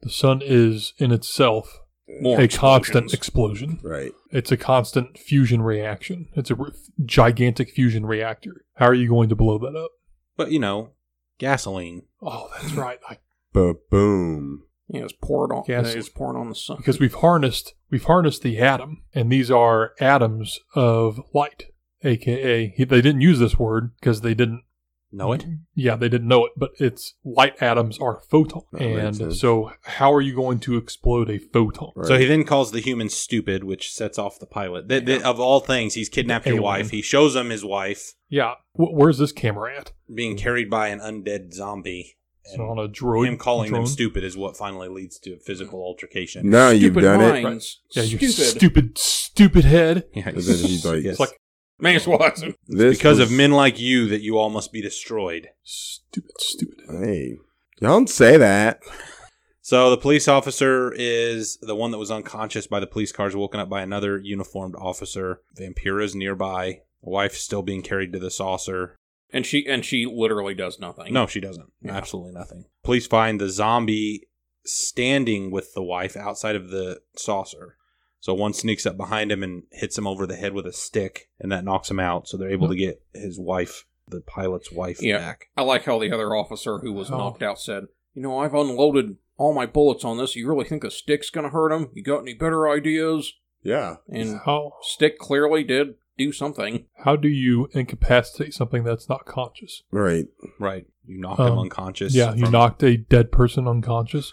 D: The sun is in itself
C: more
D: a constant
C: explosions.
D: explosion.
B: Right.
D: It's a constant fusion reaction. It's a re- gigantic fusion reactor. How are you going to blow that up?
A: But, you know, gasoline.
D: Oh, that's right. I,
B: Ba boom.
C: yeah, it's poured on.
D: Gas-
C: it's pouring on the sun
D: because we've harnessed we've harnessed the atom, and these are atoms of light, aka he, they didn't use this word because they didn't
A: Know it?
D: Yeah, they didn't know it, but it's light atoms are photon,
B: That makes
D: and
B: sense.
D: so how are you going to explode a photon?
B: Right.
A: So he then calls the human stupid, which sets off the pilot. Th- th- of all things, he's kidnapped
D: The
A: your
D: alien.
A: wife. He shows him his wife
D: Yeah, Wh- where's this camera at?
A: being carried by an undead zombie.
D: It's
A: And
D: on a droid.
A: him calling them
D: drone.
A: stupid is what finally leads to physical altercation.
B: now you've
C: Stupid
B: done it.
C: minds.
D: Yeah, you
C: stupid.
D: stupid, stupid head.
A: Yeah,
B: And then he's like-
A: yes.
D: It's like
C: Mace Watson.
B: This
A: because of
B: was-
A: men like you that you all must be destroyed.
D: stupid, stupid head.
B: Hey, don't say that.
A: So the police officer is the one that was unconscious by the police cars, woken up by another uniformed officer. Vampira's nearby. The wife's still being carried to the saucer.
C: And she and she literally does nothing.
A: No, she doesn't.
C: Yeah.
A: Absolutely nothing. Police find the zombie standing with the wife outside of the saucer. So one sneaks up behind him and hits him over the head with a stick, and that knocks him out. So they're able to get his wife, the pilot's wife,
C: Yeah.
A: back.
C: I like how the other officer who was
D: Oh.
C: knocked out said, "You know, I've unloaded all my bullets on this. You really think the stick's gonna hurt him? You got any better ideas?"
B: Yeah.
C: And
D: how
C: stick clearly did do something.
D: how do you incapacitate something that's not conscious?
B: Right.
A: Right. You knock him
D: Um,
A: unconscious.
D: yeah, you
A: from-
D: knocked a dead person unconscious.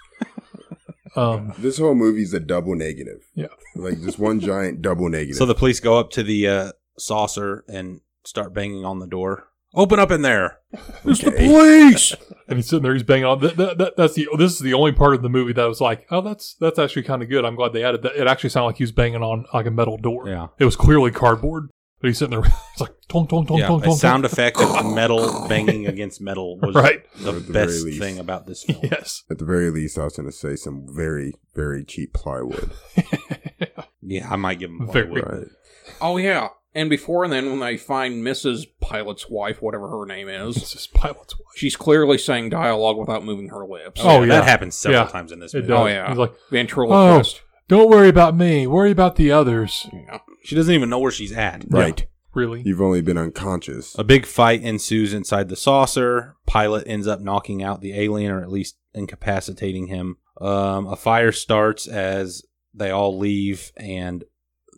D: um,
B: This whole movie's a double negative.
D: Yeah.
B: Like just one giant double negative.
A: So the police go up to the uh, saucer and start banging on the door. Open up in there.
C: It's the
B: Okay.
C: police.
D: and he's sitting there, he's banging on. That, that, that, that's the this is the only part of the movie that was like, oh, that's that's actually kind of good. I'm glad they added that. It actually sounded like he was banging on like a metal door.
A: Yeah.
D: It was clearly cardboard, but he's sitting there. It's like tong tong tong
A: yeah.
D: tong
A: a
D: tong.
A: sound
D: tong.
A: effect of metal banging against metal was
D: Right.
A: the
B: Or at the
A: best
B: very least.
A: thing about this film.
D: Yes.
B: At the very least, I was going to say some very, very cheap plywood.
A: Yeah, I might give him
D: Very
A: plywood.
B: right.
C: Oh yeah. And before then, when they find Mrs. Pilot's wife, whatever her name is,
D: It's just pilot's
A: Oh,
D: wife.
C: she's clearly saying dialogue without moving her lips.
D: Oh, yeah.
A: that happens several
D: Yeah.
A: times in this
D: It
A: movie.
D: does.
C: Oh, yeah.
D: He's like,
C: Ventriloquist.
D: don't worry about me. Worry about the others.
C: Yeah.
A: She doesn't even know where she's at.
B: Right.
D: Really?
B: You've only been unconscious.
A: A big fight ensues inside the saucer. Pilot ends up knocking out the alien, or at least incapacitating him. Um, a fire starts as they all leave, and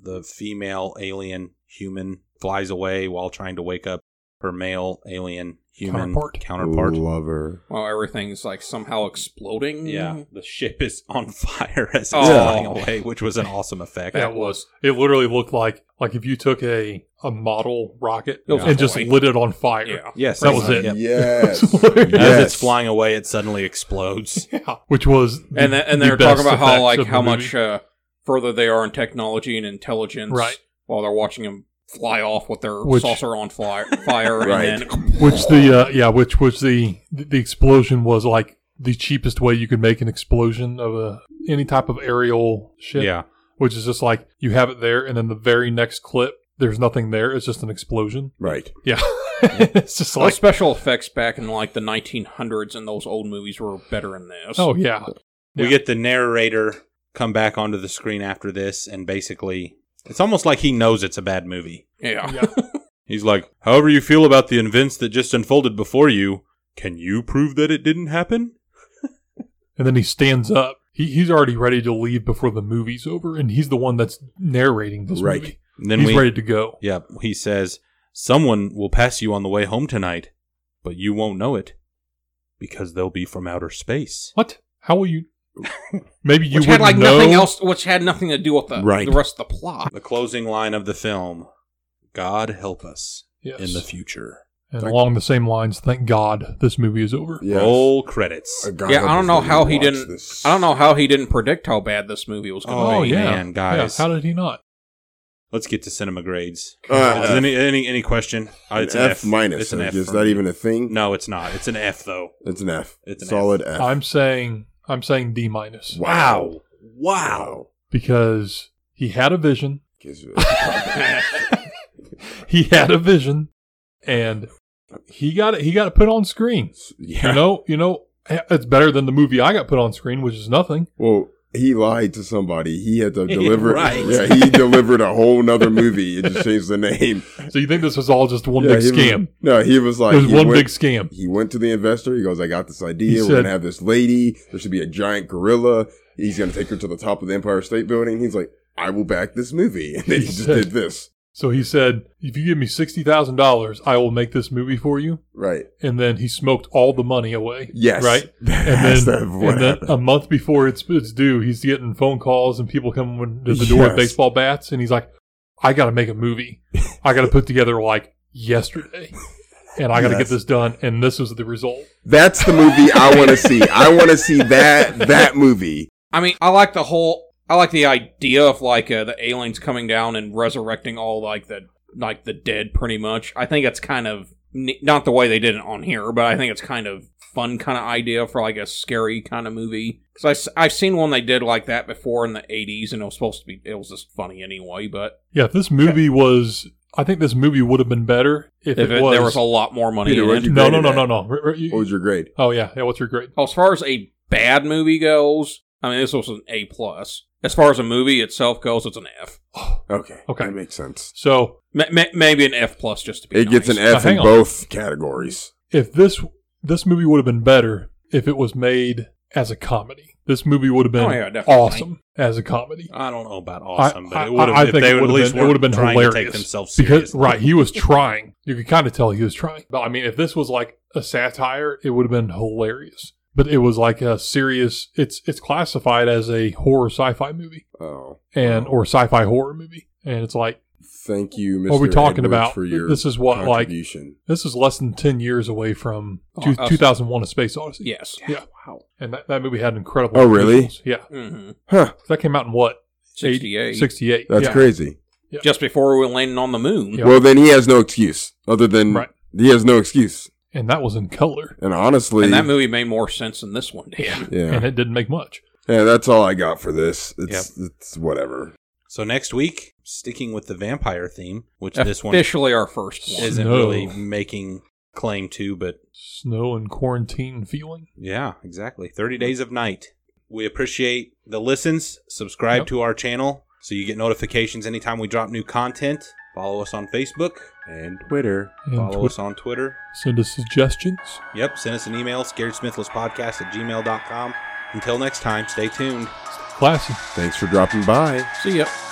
A: the female alien human flies away while trying to wake up her male alien human
D: Counterpart.
A: counterpart.
B: Lover.
C: Well, everything's like somehow exploding.
A: Yeah, the ship is on fire as it's
C: Oh.
A: flying away, which was an awesome effect.
D: That was. It literally looked like like if you took a a model rocket
C: It was
D: and
C: a
D: just
C: toy.
D: lit it on fire.
C: Yeah.
A: Yes,
D: That was it.
A: Yep.
B: Yes.
A: As
B: Yes.
A: it's flying away, it suddenly explodes.
D: Yeah. Which was the-
C: and then, and
D: the
C: they're talking
D: best
C: about how
D: effects
C: like
D: of the
C: how
D: movie.
C: much uh, further they are in technology and intelligence,
D: Right.
C: While they're watching them fly off with their
D: Which-
C: saucer on fly, fire, and
B: Right.
C: then
D: which the uh, yeah which was the the explosion was like the cheapest way you could make an explosion of a any type of aerial ship.
A: Yeah,
D: Which is just like you have it there, and then the very next clip, there's nothing there. It's just an explosion.
B: Right.
D: Yeah. it's just
C: Those
D: like
C: special effects back in like the 1900s and those old movies were better than this.
D: oh yeah.
A: We
D: Yeah.
A: get the narrator come back onto the screen after this, and basically, it's almost like he knows it's a bad movie.
C: yeah.
D: Yeah.
A: He's like, However, you feel about the events that just unfolded before you, can you prove that it didn't happen?
D: And then he stands up. He, he's already ready to leave before the movie's over, and he's the one that's narrating this
B: Right.
D: movie.
A: And then
D: he's
A: we,
D: ready to go.
A: yeah, he says, Someone will pass you on the way home tonight, but you won't know it because they'll be from outer space.
D: What? How will you? Maybe you
C: Which
D: would
C: had like
D: know.
C: nothing else, which had nothing to do with the,
B: Right.
C: the rest of the plot.
A: The closing line of the film God help us
D: Yes.
A: in the future.
D: and along the same lines, thank God this movie is over.
B: Yes.
A: Roll credits.
B: A guy
C: yeah, I
B: that
C: don't know
B: doesn't
C: how he
B: watch
C: didn't.
B: this.
C: I don't know how he didn't predict how bad this movie was going to
A: Oh,
C: be.
A: yeah. man, guys.
D: Yeah, how did he not?
A: Let's get to cinema grades.
B: Uh,
A: Is any, any any question? Uh, it's an F,
B: minus.
A: It's an F.
B: Is
A: for
B: that
A: me.
B: even a thing?
A: No, it's not. It's an F though.
B: It's an F.
A: It's an
B: Solid F.
D: I'm saying I'm saying D minus
B: Wow.
A: Wow.
D: because he had a vision.
B: Gives it-
D: He had a vision, and he got it. He got it put on screen.
B: yeah.
D: You know. You know. It's better than the movie I got put on screen, which is nothing.
B: Well, he lied to somebody. He had to deliver.
A: Right.
B: Yeah, he delivered a whole nother movie. It just changed the name.
D: So you think this was all just one
B: Yeah,
D: big
B: he was-
D: scam?
B: no, he was like,
D: it was
B: he
D: one
B: went,
D: big scam.
B: He went to the investor. He goes, "I got this idea.
D: He
B: We're
D: said-
B: gonna have this lady. There should be a giant gorilla. He's gonna take her to the top of the Empire State Building." He's like, "I will back this movie," and then he
D: He
B: just
D: said-
B: did this.
D: So he said, "If you give me sixty thousand dollars, I will make this movie for you."
B: Right.
D: And then he smoked all the money away.
B: Yes.
D: Right.
B: That's
D: And then,
B: the- what
D: and then
B: happened.
D: a month before it's it's due, he's getting phone calls and people coming to the door with
B: Yes.
D: baseball bats, and he's like, "I got to make a movie. I got to put together like yesterday, and I got to
B: Yes.
D: get this done." And this was the result.
B: That's the movie I want to see. I want to see that that movie.
C: I mean, I like the whole. I like the idea of like uh, the aliens coming down and resurrecting all like the like the dead, pretty much. I think it's kind of ne- not the way they did it on here, but I think it's kind of fun kind of idea for like a scary kind of movie. Because I, have seen one they did like that before in the 80s, and it was supposed to be, it was just funny anyway, but
D: Yeah, if this movie was, I think this movie would have been better if,
C: if
D: it,
C: it-
D: was.
C: there was a lot more money
B: Peter,
C: in
B: what'd
C: it.
B: you
D: no,
B: grade
D: no,
B: it
D: no,
B: at?
D: no, no, R- r- you-
B: What was your grade?
D: oh yeah, yeah. What's your grade?
C: Oh, as far as a bad movie goes, I mean, this was an A. plus. As far as a movie itself goes, it's an F.
B: Okay.
D: Okay.
B: That makes sense.
D: So
C: Ma ma maybe an F plus just to be
B: It gets an
C: nice.
B: F
D: Now,
B: in
D: hang on.
B: both categories.
D: if this this movie would have been better if it was made as a comedy, this movie would have been
C: Oh, yeah, definitely.
D: awesome as a comedy.
A: I don't know about awesome,
D: I-
A: but it would
D: I- I
A: have. If
D: think
A: they
D: it
A: would at
D: would've
A: least
D: been- it would've been
A: trying to take
D: hilarious.
A: themselves
D: Because
A: seriously.
D: right, he was trying. You could kind of tell he was trying. But I mean, if this was like a satire, it would have been hilarious. But it was like a serious. It's it's classified as a horror sci-fi movie
B: Oh.
D: and or sci-fi horror movie, and it's like
B: Thank you, Mr.
D: what are we talking
B: Edwards,
D: about?
B: for your
D: This is what like
B: contribution.
D: this is less than ten years away from
C: Oh,
D: two,
C: us.
D: 2001: A Space Odyssey.
C: Yes.
D: Yeah. and that, that movie had incredible.
B: Oh, really?
D: visuals. Yeah,
C: hmm
B: Huh.
D: that came out in what
C: 68.
D: 68.
B: That's
D: yeah.
B: crazy.
C: Just before we were landing on the moon.
D: Yeah.
B: Well, then he has no excuse other than
D: Right.
B: he has no excuse.
D: And that was in color,
B: And honestly,
C: And that movie made more sense than this one did.
B: yeah,
D: and it didn't make much.
B: yeah, that's all I got for this. It's it's whatever.
A: So next week, sticking with the vampire theme, which this one
C: Officially our first one.
A: isn't
D: No.
A: really making claim to, but
D: Snow and quarantine feeling.
A: yeah, exactly. 30 Days of Night. We appreciate the listens. Subscribe
D: Yep.
A: to our channel so you get notifications anytime we drop new content. Follow us on Facebook.
B: And Twitter.
D: And
A: Follow
D: Twi-
A: us on Twitter.
D: Send us suggestions.
A: Yep. Send us an email, scaredsmithlesspodcast at gmail.com. Until next time, stay tuned.
D: Classy.
B: Thanks for dropping by.
C: See ya.